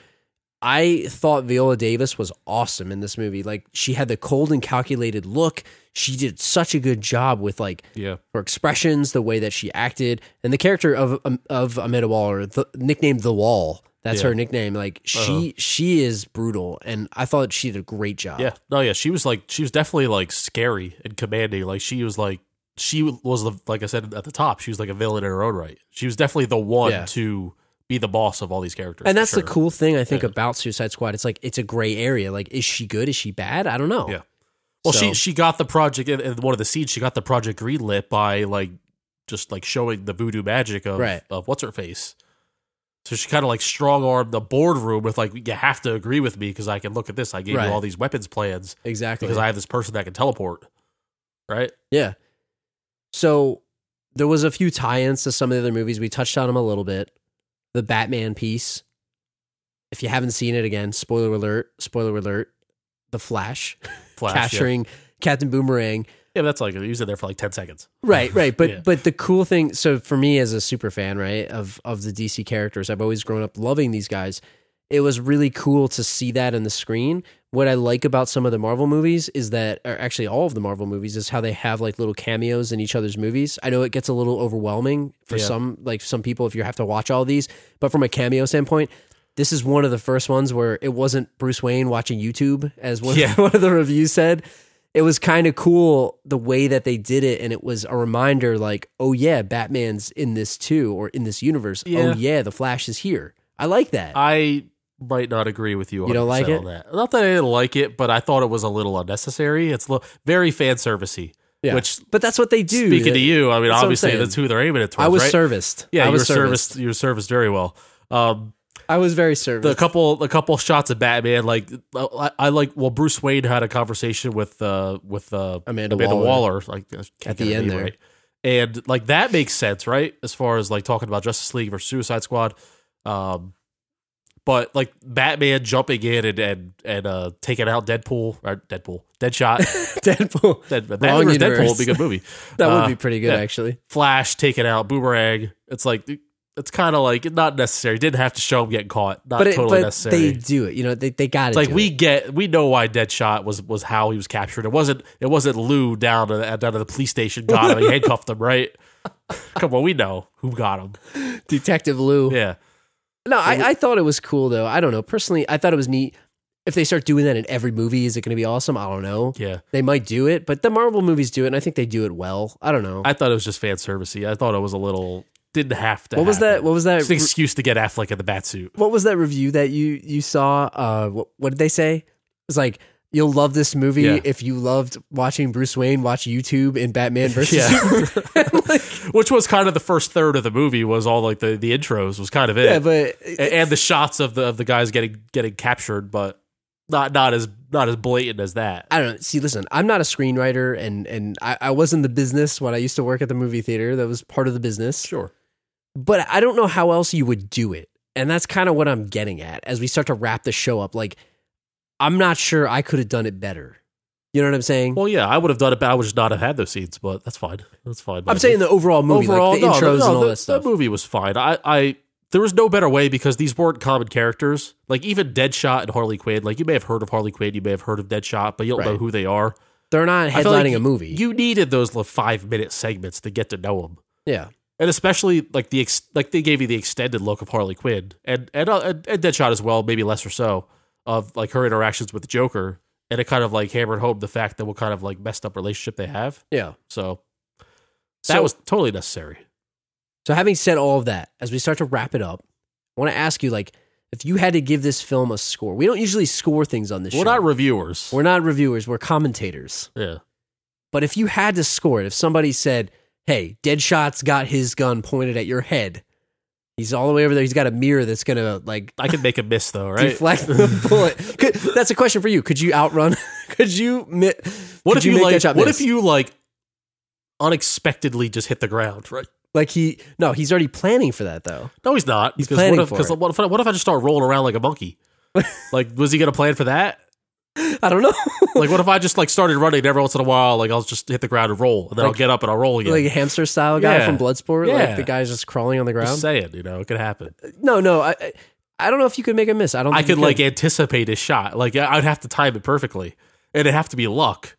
Speaker 1: I thought Viola Davis was awesome in this movie. Like she had the cold and calculated look. She did such a good job with like
Speaker 2: Yeah.
Speaker 1: her expressions, the way that she acted, and the character of um, of Amanda Waller, the, nicknamed the Wall. That's
Speaker 2: Yeah. Uh-huh.
Speaker 1: her nickname. Like she she is brutal, and I thought she did a great job.
Speaker 2: Yeah. No, yeah. She was like, she was definitely like scary and commanding. Like, she was like, she was the, like I said at the top, she was like a villain in her own right. She was definitely the one
Speaker 1: Yeah.
Speaker 2: to be the boss of all these characters.
Speaker 1: and that's
Speaker 2: for
Speaker 1: the
Speaker 2: sure.
Speaker 1: cool thing I think about Suicide Squad. It's like it's a gray area. Like, is she good? Is she bad? I don't know.
Speaker 2: Yeah. Well,
Speaker 1: So-
Speaker 2: she, she got the project, in, in one of the scenes, she got the project greenlit by like, just like showing the voodoo magic of,
Speaker 1: Right.
Speaker 2: of what's her face. So she kind of like strong armed the boardroom with like, you have to agree with me because I can look at this. I gave
Speaker 1: Right.
Speaker 2: you all these weapons plans
Speaker 1: exactly.
Speaker 2: because I have this person that can teleport. Right?
Speaker 1: Yeah. So there was a few tie-ins to some of the other movies. We touched on them a little bit. The Batman piece. If you haven't seen it again, spoiler alert, spoiler alert. The Flash,
Speaker 2: Flash. yeah.
Speaker 1: capturing Captain Boomerang.
Speaker 2: Yeah, but that's like he was in there for like ten seconds.
Speaker 1: Right, right. But
Speaker 2: Yeah.
Speaker 1: but the cool thing so for me as a super fan, right, of of the DC characters, I've always grown up loving these guys. It was really cool to see that in the screen. What I like about some of the Marvel movies is that or actually all of the Marvel movies is how they have like little cameos in each other's movies. I know it gets a little overwhelming for
Speaker 2: Yeah.
Speaker 1: some like some people if you have to watch all these, but from a cameo standpoint, this is one of the first ones where it wasn't Bruce Wayne watching YouTube as one,
Speaker 2: Yeah.
Speaker 1: one of the reviews said. It was kind of cool the way that they did it, and it was a reminder, like, oh yeah, Batman's in this too, or in this universe.
Speaker 2: Yeah.
Speaker 1: Oh yeah, the Flash is here. I like that.
Speaker 2: I might not agree with you.
Speaker 1: You don't like
Speaker 2: 100%
Speaker 1: it?
Speaker 2: On that. Not that I didn't like it, but I thought it was a little unnecessary. It's lo- very fan servicey.
Speaker 1: Yeah.
Speaker 2: Which
Speaker 1: but that's what they do.
Speaker 2: speaking to you, I mean,
Speaker 1: that's what I'm
Speaker 2: obviously
Speaker 1: saying.
Speaker 2: that's who they're aiming at. Towards,
Speaker 1: I was
Speaker 2: right?
Speaker 1: serviced.
Speaker 2: Yeah,
Speaker 1: I
Speaker 2: you were
Speaker 1: was
Speaker 2: serviced. You were serviced very well. Um,
Speaker 1: I was very serviced.
Speaker 2: the couple, the couple shots of Batman, like I, I like. Well, Bruce Wayne had a conversation with uh, with uh,
Speaker 1: Amanda
Speaker 2: Amanda
Speaker 1: Waller.
Speaker 2: Waller, like I can't
Speaker 1: At
Speaker 2: get
Speaker 1: the
Speaker 2: her
Speaker 1: end
Speaker 2: name
Speaker 1: there.
Speaker 2: right. and like that makes sense, right? As far as like talking about Justice League versus Suicide Squad, um, but like Batman jumping in and and and uh, taking out Deadpool or Deadpool, Deadshot,
Speaker 1: Deadpool.
Speaker 2: Dead, Batman versus Deadpool
Speaker 1: universe.
Speaker 2: would be a good movie.
Speaker 1: That
Speaker 2: Uh,
Speaker 1: would be pretty good,
Speaker 2: yeah.
Speaker 1: actually.
Speaker 2: Flash taking out Boomerang. It's like it's kind of like not necessary. Didn't have to show him getting caught. Not
Speaker 1: But it,
Speaker 2: totally
Speaker 1: but
Speaker 2: necessary.
Speaker 1: they do it. You know, they they got
Speaker 2: It's like we get we know why Deadshot was was how he was captured. It wasn't it wasn't Lou down at down at the police station got him and handcuffed him, right? Come on, we know who got him.
Speaker 1: Detective Lou.
Speaker 2: Yeah.
Speaker 1: No, I, I thought it was cool though. I don't know. Personally, I thought it was neat. If they start doing that in every movie, is it going to be awesome? I don't know.
Speaker 2: Yeah.
Speaker 1: They might do it, but the Marvel movies do it, and I think they do it well. I don't know.
Speaker 2: I thought it was just fan servicey. I thought it was a little didn't have to
Speaker 1: what was that?
Speaker 2: happen.
Speaker 1: What was that?
Speaker 2: It's an excuse to get Affleck in the bat suit.
Speaker 1: what was that review that you you saw? Uh, what, what did they say? It was like you'll love this movie
Speaker 2: Yeah.
Speaker 1: if you loved watching Bruce Wayne watch YouTube in Batman versus.
Speaker 2: Yeah.
Speaker 1: Superman." Like,
Speaker 2: Which was kind of the first third of the movie was all like the, the intros was kind of it.
Speaker 1: yeah, but
Speaker 2: A- and, the shots of the of the guys getting getting captured, but not not as not as blatant as that.
Speaker 1: I don't know. See, listen, I'm not a screenwriter, and and I, I was in the business when I used to work at the movie theater. That was part of the business.
Speaker 2: Sure.
Speaker 1: but I don't know how else you would do it. And that's kind of what I'm getting at as we start to wrap the show up. Like, I'm not sure I could have done it better. You know what I'm saying?
Speaker 2: Well, yeah, I would have done it, but I would just not have had those scenes. But that's fine. That's fine.
Speaker 1: I'm
Speaker 2: by
Speaker 1: saying
Speaker 2: me.
Speaker 1: the overall movie, like the
Speaker 2: no,
Speaker 1: intros
Speaker 2: no,
Speaker 1: and all
Speaker 2: the,
Speaker 1: that stuff.
Speaker 2: The movie was fine. I, I there was no better way because these weren't common characters. Like even Deadshot and Harley Quinn. Like you may have heard of Harley Quinn, you may have heard of Deadshot, but you don't know
Speaker 1: Right.
Speaker 2: who they are.
Speaker 1: They're not
Speaker 2: I feel
Speaker 1: headlining
Speaker 2: like
Speaker 1: a movie.
Speaker 2: You needed those little five minute segments to get to know them.
Speaker 1: yeah.
Speaker 2: and especially like the ex- like they gave you the extended look of Harley Quinn and and, uh, and and Deadshot as well, maybe less or so of like her interactions with Joker, and it kind of like hammered home the fact that what kind of like messed up relationship they have.
Speaker 1: Yeah.
Speaker 2: So that
Speaker 1: So-
Speaker 2: was totally necessary.
Speaker 1: So, having said all of that, as we start to wrap it up, I want to ask you, like, if you had to give this film a score, we don't usually score things on this
Speaker 2: We're
Speaker 1: show.
Speaker 2: not reviewers.
Speaker 1: we're not reviewers, we're commentators.
Speaker 2: yeah,
Speaker 1: But if you had to score it, if somebody said, "Hey, Deadshot's got his gun pointed at your head," he's all the way over there. He's got a mirror that's gonna like
Speaker 2: I could make a miss though, right?
Speaker 1: deflect the bullet. Could, that's a question for you. Could you outrun? could you? Mi-
Speaker 2: what
Speaker 1: could
Speaker 2: if you,
Speaker 1: make
Speaker 2: like?
Speaker 1: Deadshot
Speaker 2: What
Speaker 1: miss?
Speaker 2: if you like unexpectedly just hit the ground, right?
Speaker 1: Like he no, he's already planning for that though.
Speaker 2: No, he's not.
Speaker 1: He's
Speaker 2: because
Speaker 1: planning
Speaker 2: what if,
Speaker 1: for
Speaker 2: 'cause
Speaker 1: it.
Speaker 2: What if, what if I just start rolling around like a monkey? like, was he going to plan for that?
Speaker 1: I don't know.
Speaker 2: Like, what if I just like started running every once in a while? Like, I'll just hit the ground and roll, and then I'll
Speaker 1: Like-
Speaker 2: get up and I'll roll again.
Speaker 1: Like a hamster style guy
Speaker 2: Yeah.
Speaker 1: from Bloodsport,
Speaker 2: Yeah.
Speaker 1: like the guy's just crawling on the
Speaker 2: just
Speaker 1: ground.
Speaker 2: saying, you know, it could happen.
Speaker 1: No, no, I, I- I don't know if you could make a miss. I don't.
Speaker 2: I
Speaker 1: think you
Speaker 2: could like anticipate his shot. Like, I- I'd have to time it perfectly, and it'd have to be luck.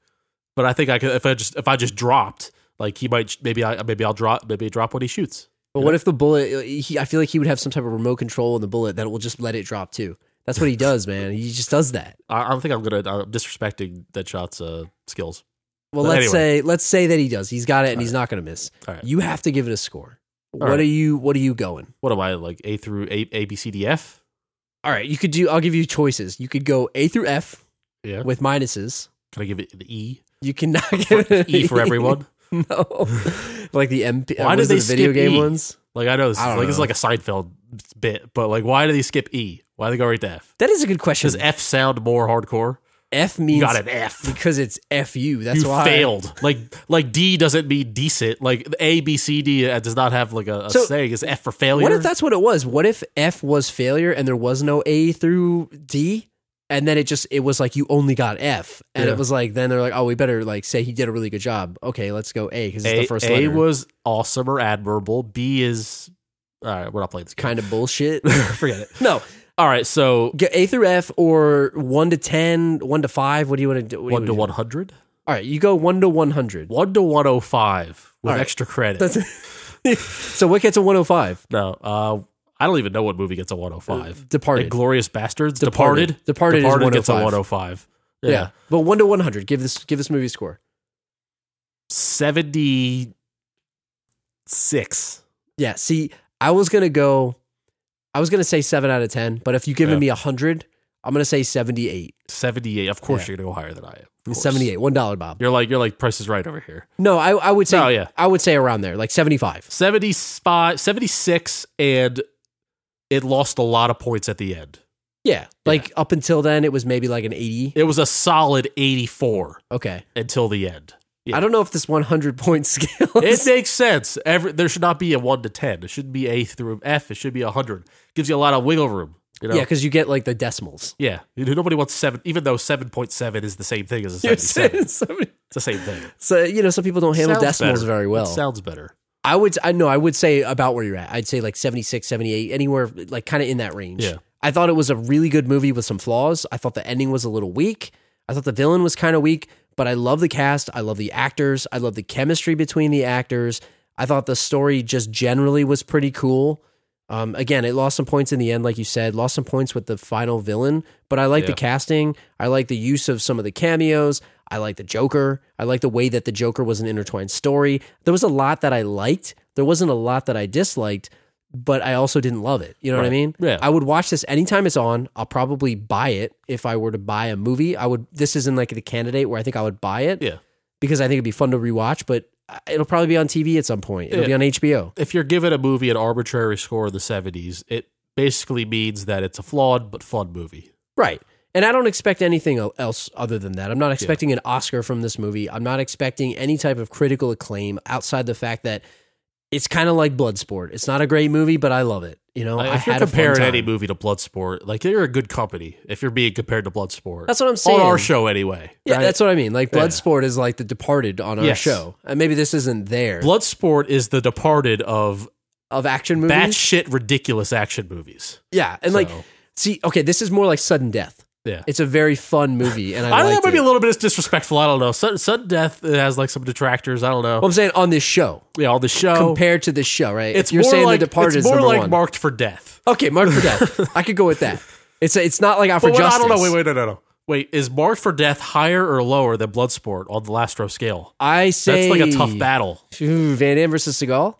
Speaker 2: But I think I could if I just if I just dropped, like he might maybe I maybe I'll drop maybe drop what he shoots.
Speaker 1: But what if the bullet? He, I feel like he would have some type of remote control on the bullet that will just let it drop too. That's what he does, man. He just does that.
Speaker 2: I, I don't think I'm gonna I'm disrespecting Deadshot's uh, skills.
Speaker 1: Well,
Speaker 2: But
Speaker 1: let's
Speaker 2: anyway.
Speaker 1: say let's say that he does. He's got it, and he's not going to miss.
Speaker 2: All right,
Speaker 1: You have to give it a score. what
Speaker 2: right.
Speaker 1: are you? What are you going?
Speaker 2: what am I like A through A A B C D F?
Speaker 1: All right, you could do. I'll give you choices. You could go A through F
Speaker 2: Yeah,
Speaker 1: with minuses.
Speaker 2: can I give it an E?
Speaker 1: You cannot
Speaker 2: For-
Speaker 1: give it an
Speaker 2: E for everyone.
Speaker 1: No, like the MP.
Speaker 2: Why
Speaker 1: what
Speaker 2: did
Speaker 1: is it,
Speaker 2: they
Speaker 1: the video
Speaker 2: skip
Speaker 1: game
Speaker 2: E?
Speaker 1: ones?
Speaker 2: Like I know this, is
Speaker 1: I don't
Speaker 2: like this is
Speaker 1: know.
Speaker 2: like a Seinfeld bit, but like why do they skip E? Why do they go right to F?
Speaker 1: That is a good question.
Speaker 2: Does F sound more hardcore?
Speaker 1: F
Speaker 2: You
Speaker 1: means
Speaker 2: got an F.
Speaker 1: because it's fu. That's
Speaker 2: you
Speaker 1: why
Speaker 2: failed. Like like D doesn't mean decent. Like A B C D uh, does not have like a, a
Speaker 1: So,
Speaker 2: saying. Is F for failure?
Speaker 1: What if that's what it was? What if F was failure and there was no A through D? And then it just it was like you only got F, and
Speaker 2: Yeah.
Speaker 1: it was like then they're like, oh, we better like say he did a really good job. Okay, let's go A because it's
Speaker 2: A,
Speaker 1: the first
Speaker 2: A
Speaker 1: letter.
Speaker 2: was awesome or admirable. B is all right. We're not playing this. Game.
Speaker 1: kind of bullshit.
Speaker 2: Forget it.
Speaker 1: no,
Speaker 2: All right. So
Speaker 1: get A through F or one to 10, 1 to five. What do you want to do? What do you
Speaker 2: one to
Speaker 1: wanna
Speaker 2: one hundred.
Speaker 1: do? All right, you go one to one hundred.
Speaker 2: One to one oh five with
Speaker 1: All right.
Speaker 2: extra credit.
Speaker 1: That's so what gets a one hundred five?
Speaker 2: no. Uh, I don't even know what movie gets a one oh five.
Speaker 1: Departed.
Speaker 2: Glorious Bastards.
Speaker 1: Departed.
Speaker 2: Departed.
Speaker 1: Departed is
Speaker 2: gets a
Speaker 1: 105.
Speaker 2: one oh five.
Speaker 1: yeah. but one to one hundred. Give this give this movie a score.
Speaker 2: seventy six.
Speaker 1: Yeah. See, I was gonna go. I was gonna say seven out of ten, but if you've given
Speaker 2: Yeah.
Speaker 1: me a hundred, I'm gonna say seventy-eight.
Speaker 2: 78. Of course
Speaker 1: Yeah.
Speaker 2: you're going to go higher than I am. Of course.
Speaker 1: Seventy-eight. One dollar, Bob.
Speaker 2: You're like you're like price is right over here.
Speaker 1: No, I, I would say.
Speaker 2: No, yeah.
Speaker 1: I would say around there, like seventy-five.
Speaker 2: 75 76 and it lost a lot of points at the end.
Speaker 1: Yeah. Like up until then, it was maybe like an eighty.
Speaker 2: It was a solid 84
Speaker 1: Okay.
Speaker 2: until the end. Yeah.
Speaker 1: I don't know if this one hundred point scale.
Speaker 2: It
Speaker 1: Is,
Speaker 2: makes sense. Every there should not be a 1 to 10. It shouldn't be A through F. It should be 100. Gives you a lot of wiggle room, you know.
Speaker 1: yeah, because you get like the decimals.
Speaker 2: Yeah. You know, Nobody wants 7 even though 7.7 is the same thing as a
Speaker 1: You're
Speaker 2: 77.
Speaker 1: saying somebody-
Speaker 2: It's the same thing.
Speaker 1: so you know, some people don't handle
Speaker 2: Sounds
Speaker 1: decimals
Speaker 2: better.
Speaker 1: very
Speaker 2: It
Speaker 1: well.
Speaker 2: sounds better.
Speaker 1: I would I know I would say about where you're at. I'd say like 76, 78, anywhere like kind of in that range.
Speaker 2: Yeah.
Speaker 1: I thought it was a really good movie with some flaws. I thought the ending was a little weak. I thought the villain was kind of weak, but I love the cast. I love the actors. I love the chemistry between the actors. I thought the story just generally was pretty cool. Um, again, it lost some points in the end, like you said, lost some points with the final villain, but I like the
Speaker 2: Yeah.
Speaker 1: casting. I like the use of some of the cameos. I like the Joker. I like the way that the Joker was an intertwined story. There was a lot that I liked. There wasn't a lot that I disliked, but I also didn't love it. You know what I
Speaker 2: Right.
Speaker 1: mean?
Speaker 2: Yeah.
Speaker 1: I would watch this anytime it's on. I'll probably buy it if I were to buy a movie. I would. This isn't like the candidate where I think I would buy it.
Speaker 2: Yeah.
Speaker 1: Because I think it'd be fun to rewatch, but uh, it'll probably be on TV at some point. It'll
Speaker 2: Yeah.
Speaker 1: be on HBO.
Speaker 2: if you're giving a movie an arbitrary score in the 70s, it basically means that it's a flawed but fun movie.
Speaker 1: Right. And I don't expect anything el- else other than that. I'm not expecting an Oscar from this movie. I'm not expecting any type of critical acclaim outside the fact that it's kind of like Bloodsport. It's not a great movie, but I love it. You know,
Speaker 2: Like,
Speaker 1: I
Speaker 2: Uh, if you're
Speaker 1: had a fun
Speaker 2: comparing any
Speaker 1: time.
Speaker 2: movie to Bloodsport, like you're a good company if you're being compared to Bloodsport.
Speaker 1: That's what I'm saying.
Speaker 2: On our show, anyway.
Speaker 1: Yeah,
Speaker 2: right?
Speaker 1: that's what I mean. Like
Speaker 2: Yeah.
Speaker 1: Bloodsport is like the Departed on our
Speaker 2: Yes.
Speaker 1: show, and maybe this isn't there
Speaker 2: Bloodsport is the departed of
Speaker 1: of action movies.
Speaker 2: batshit ridiculous action movies.
Speaker 1: yeah, and like,
Speaker 2: So,
Speaker 1: see, okay, this is more like Sudden Death.
Speaker 2: yeah.
Speaker 1: It's a very fun movie, and I,
Speaker 2: I, don't know,
Speaker 1: liked
Speaker 2: maybe
Speaker 1: it.
Speaker 2: a little bit is disrespectful. I don't know. Sudden, sudden death it has like some detractors. I don't know.
Speaker 1: Well, I'm saying on this show
Speaker 2: yeah, on the show,
Speaker 1: compared to this show, right?
Speaker 2: it's
Speaker 1: If you're
Speaker 2: more
Speaker 1: saying
Speaker 2: like
Speaker 1: the Departed is
Speaker 2: it's more
Speaker 1: number
Speaker 2: like
Speaker 1: one.
Speaker 2: marked for death.
Speaker 1: okay, Mark for Death. I could go with that. It's it's not like out for
Speaker 2: But wait,
Speaker 1: justice.
Speaker 2: I don't know. Wait, wait, no, no, no. Wait, is Marked for Death higher or lower than Bloodsport on the Lastro scale?
Speaker 1: I say
Speaker 2: That's like a tough battle.
Speaker 1: Ooh, Van Damme versus Seagal.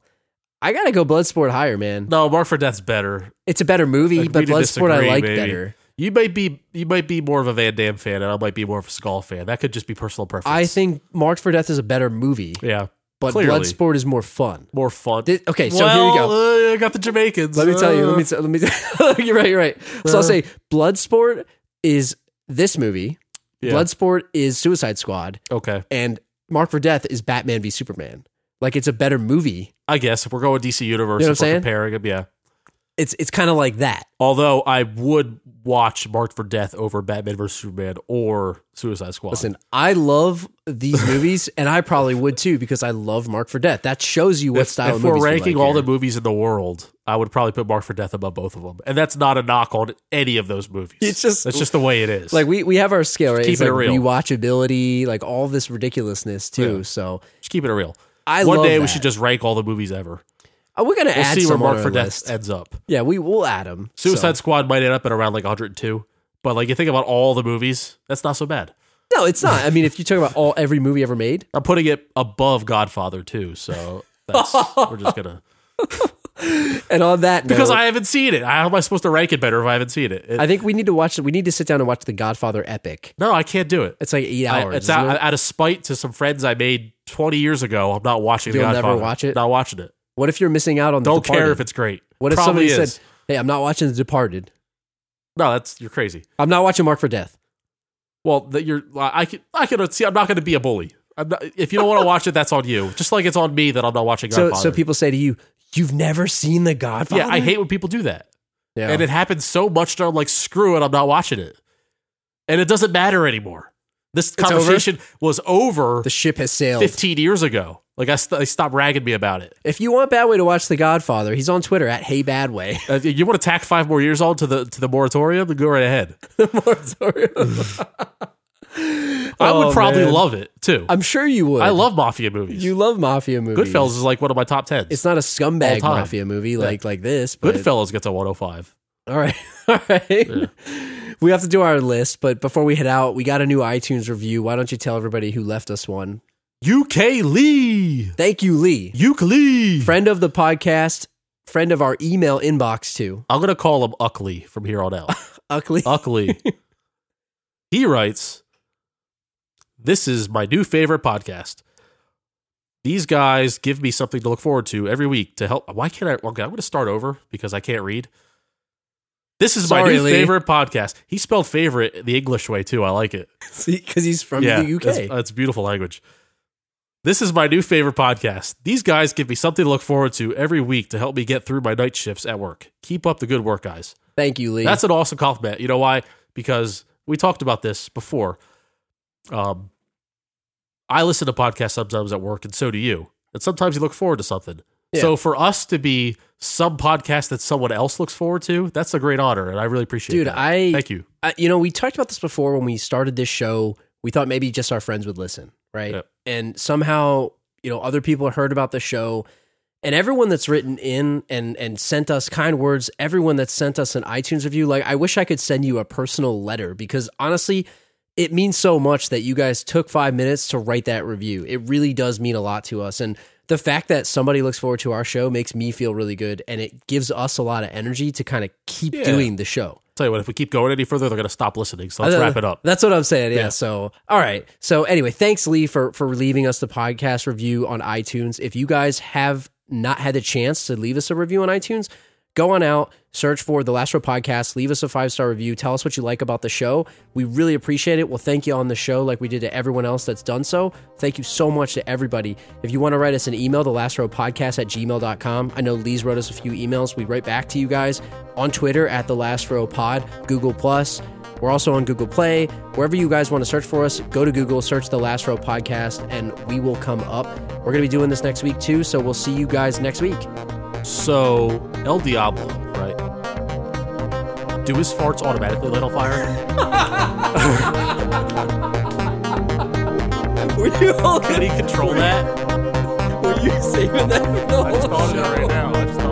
Speaker 1: I gotta go Bloodsport higher, man.
Speaker 2: No, Marked for Death's better.
Speaker 1: It's a better movie,
Speaker 2: Like,
Speaker 1: but
Speaker 2: we to
Speaker 1: Bloodsport I
Speaker 2: disagree,
Speaker 1: like
Speaker 2: maybe.
Speaker 1: better.
Speaker 2: You might be you might be more of a Van Damme fan, and I might be more of a Skull fan. That could just be personal preference.
Speaker 1: I think Marked for Death is a better movie,
Speaker 2: yeah,
Speaker 1: but
Speaker 2: clearly.
Speaker 1: Bloodsport is more fun.
Speaker 2: more fun.
Speaker 1: Thi- okay, so
Speaker 2: well,
Speaker 1: here we go.
Speaker 2: uh, I got the Jamaicans.
Speaker 1: Let me tell you. Let me.
Speaker 2: Uh,
Speaker 1: T- let me. T- you're right. You're right. So I'll say Bloodsport is this movie.
Speaker 2: yeah.
Speaker 1: Bloodsport is Suicide Squad,
Speaker 2: Uh, Okay,
Speaker 1: and Mark for Death is Batman v Superman. Like it's a better movie.
Speaker 2: I guess if we're going DC Universe,
Speaker 1: You know what I'm
Speaker 2: if we're
Speaker 1: saying?
Speaker 2: comparing them, yeah.
Speaker 1: It's it's kind of like that.
Speaker 2: Although I would watch Marked for Death over Batman vs Superman or Suicide Squad.
Speaker 1: Listen, I love these movies, and I probably would too because I love Mark for Death. That shows you what
Speaker 2: if,
Speaker 1: style
Speaker 2: if
Speaker 1: of
Speaker 2: we're
Speaker 1: movies we like
Speaker 2: ranking all
Speaker 1: here.
Speaker 2: the movies in the world, I would probably put Mark for Death above both of them, and that's not a knock on any of those movies.
Speaker 1: It's just-
Speaker 2: that's just the way it is.
Speaker 1: like we we have our scale right.
Speaker 2: keep
Speaker 1: It's
Speaker 2: it
Speaker 1: like
Speaker 2: real.
Speaker 1: rewatchability, like all this ridiculousness too. So
Speaker 2: just keep it real.
Speaker 1: I
Speaker 2: One
Speaker 1: love
Speaker 2: day we
Speaker 1: that.
Speaker 2: should just rank all the movies ever.
Speaker 1: Uh, we're gonna
Speaker 2: We'll
Speaker 1: add
Speaker 2: see where
Speaker 1: some on
Speaker 2: Mark
Speaker 1: our
Speaker 2: for
Speaker 1: list.
Speaker 2: Death ends up.
Speaker 1: Yeah, we will add them.
Speaker 2: Suicide Squad might end up at around like 102, but like you think about all the movies, that's not so bad.
Speaker 1: No, it's not. I mean, if you talk about all every movie ever made,
Speaker 2: I'm putting it above Godfather too, so that's, we're just gonna
Speaker 1: and on that
Speaker 2: because
Speaker 1: note,
Speaker 2: I haven't seen it. How am I supposed to rank it better if I haven't seen it? It-
Speaker 1: I think we need to watch. We need to sit down and watch the Godfather epic.
Speaker 2: no, I can't do it.
Speaker 1: It's like eight
Speaker 2: I-
Speaker 1: hours.
Speaker 2: it's
Speaker 1: isn't
Speaker 2: out,
Speaker 1: it?
Speaker 2: out of spite to some friends I made 20 years ago. I'm not watching. The
Speaker 1: You'll never
Speaker 2: Godfather.
Speaker 1: watch it?
Speaker 2: Not watching it.
Speaker 1: what if you're missing out on? The
Speaker 2: Don't care
Speaker 1: Departed?
Speaker 2: if it's great.
Speaker 1: What if
Speaker 2: Probably
Speaker 1: somebody
Speaker 2: is.
Speaker 1: said, "Hey, I'm not watching The Departed.
Speaker 2: No, that's you're crazy.
Speaker 1: I'm not watching Mark for Death."
Speaker 2: Well, that you're. I can. I can see. I'm not going to be a bully. I'm not, if you don't want to watch it, that's on you. Just like it's on me that I'm not watching
Speaker 1: So,
Speaker 2: Godfather.
Speaker 1: so people say to you, "You've never seen The Godfather."
Speaker 2: yeah, I hate when people do that,
Speaker 1: Yeah.
Speaker 2: and it happens so much that I'm like, screw it, I'm not watching it, and it doesn't matter anymore. This
Speaker 1: over?
Speaker 2: conversation was over
Speaker 1: the ship has sailed.
Speaker 2: 15 years ago. Like I, st- they stopped ragging me about it.
Speaker 1: If you want Badway to watch The Godfather, he's on Twitter at Hey Badway.
Speaker 2: Uh, you want to tack five more years on to the to the moratorium? Then go right ahead. I
Speaker 1: Oh,
Speaker 2: would probably
Speaker 1: man.
Speaker 2: love it too. i
Speaker 1: I'm sure you would.
Speaker 2: love mafia movies.
Speaker 1: you love mafia movies.
Speaker 2: Goodfellas is like one of my top tens.
Speaker 1: It's not a scumbag
Speaker 2: All time.
Speaker 1: mafia movie like like this. But
Speaker 2: Goodfellas gets a 105.
Speaker 1: All right. All right. We have to do our list, but before we head out, we got a new iTunes review. Why don't you tell everybody who left us one?
Speaker 2: UK Lee,
Speaker 1: Thank you, Lee.
Speaker 2: Uke Lee.
Speaker 1: Friend of the podcast, friend of our email inbox too.
Speaker 2: I'm gonna call him Uckley from here on out.
Speaker 1: Ugly.
Speaker 2: Uckley. he writes, This is my new favorite podcast. These guys give me something to look forward to every week to help. Why can't I? Okay, I'm going to start over because I can't read. This is my
Speaker 1: Sorry,
Speaker 2: new
Speaker 1: Lee.
Speaker 2: favorite podcast. He spelled favorite the English way too. I like it.
Speaker 1: Because he's from the UK.
Speaker 2: That's, that's beautiful language. This is my new favorite podcast. These guys give me something to look forward to every week to help me get through my night shifts at work. Keep up the good work, guys.
Speaker 1: Thank you, Lee.
Speaker 2: That's an awesome compliment. You know why? Because we talked about this before. Um, I listen to podcasts sometimes at work, and so do you. And sometimes you look forward to something.
Speaker 1: Yeah.
Speaker 2: So for us to be some podcast that someone else looks forward to, that's a great honor, and I really appreciate it.
Speaker 1: Dude, I-
Speaker 2: thank you.
Speaker 1: I, you know, we talked about this before when we started this show. We thought maybe just our friends would listen, right?
Speaker 2: Yep.
Speaker 1: And somehow, you know, other people heard about the show, and everyone that's written in and and sent us kind words, everyone that sent us an iTunes review, like I wish I could send you a personal letter because honestly, it means so much that you guys took five minutes to write that review. It really does mean a lot to us, and the fact that somebody looks forward to our show makes me feel really good, and it gives us a lot of energy to kind of keep
Speaker 2: Yeah.
Speaker 1: doing the show.
Speaker 2: Tell you what, if we keep going any further, they're going to stop listening. So let's
Speaker 1: Uh,
Speaker 2: wrap it up.
Speaker 1: That's what I'm saying. Yeah.
Speaker 2: Yeah.
Speaker 1: So, all right. So, anyway, thanks Lee for for leaving us the podcast review on iTunes. If you guys have not had the chance to leave us a review on iTunes, go on out, search for the Last Row Podcast, leave us a five star review, tell us what you like about the show. We really appreciate it. We'll thank you on the show, like we did to everyone else that's done so. Thank you so much to everybody. If you want to write us an email, the last row podcast at gmail.com. I know Lee's wrote us a few emails. We write back to you guys on Twitter at the last row pod, Google Plus. We're also on Google Play. Wherever you guys want to search for us, go to Google, search the Last Row Podcast, and we will come up. We're going to be doing this next week too, so we'll see you guys next week.
Speaker 2: So El Diablo, right? Do his farts automatically light on fire?
Speaker 1: Were you all
Speaker 2: Can he control that?
Speaker 1: Were you saving that?
Speaker 2: I just thought of it right now. I just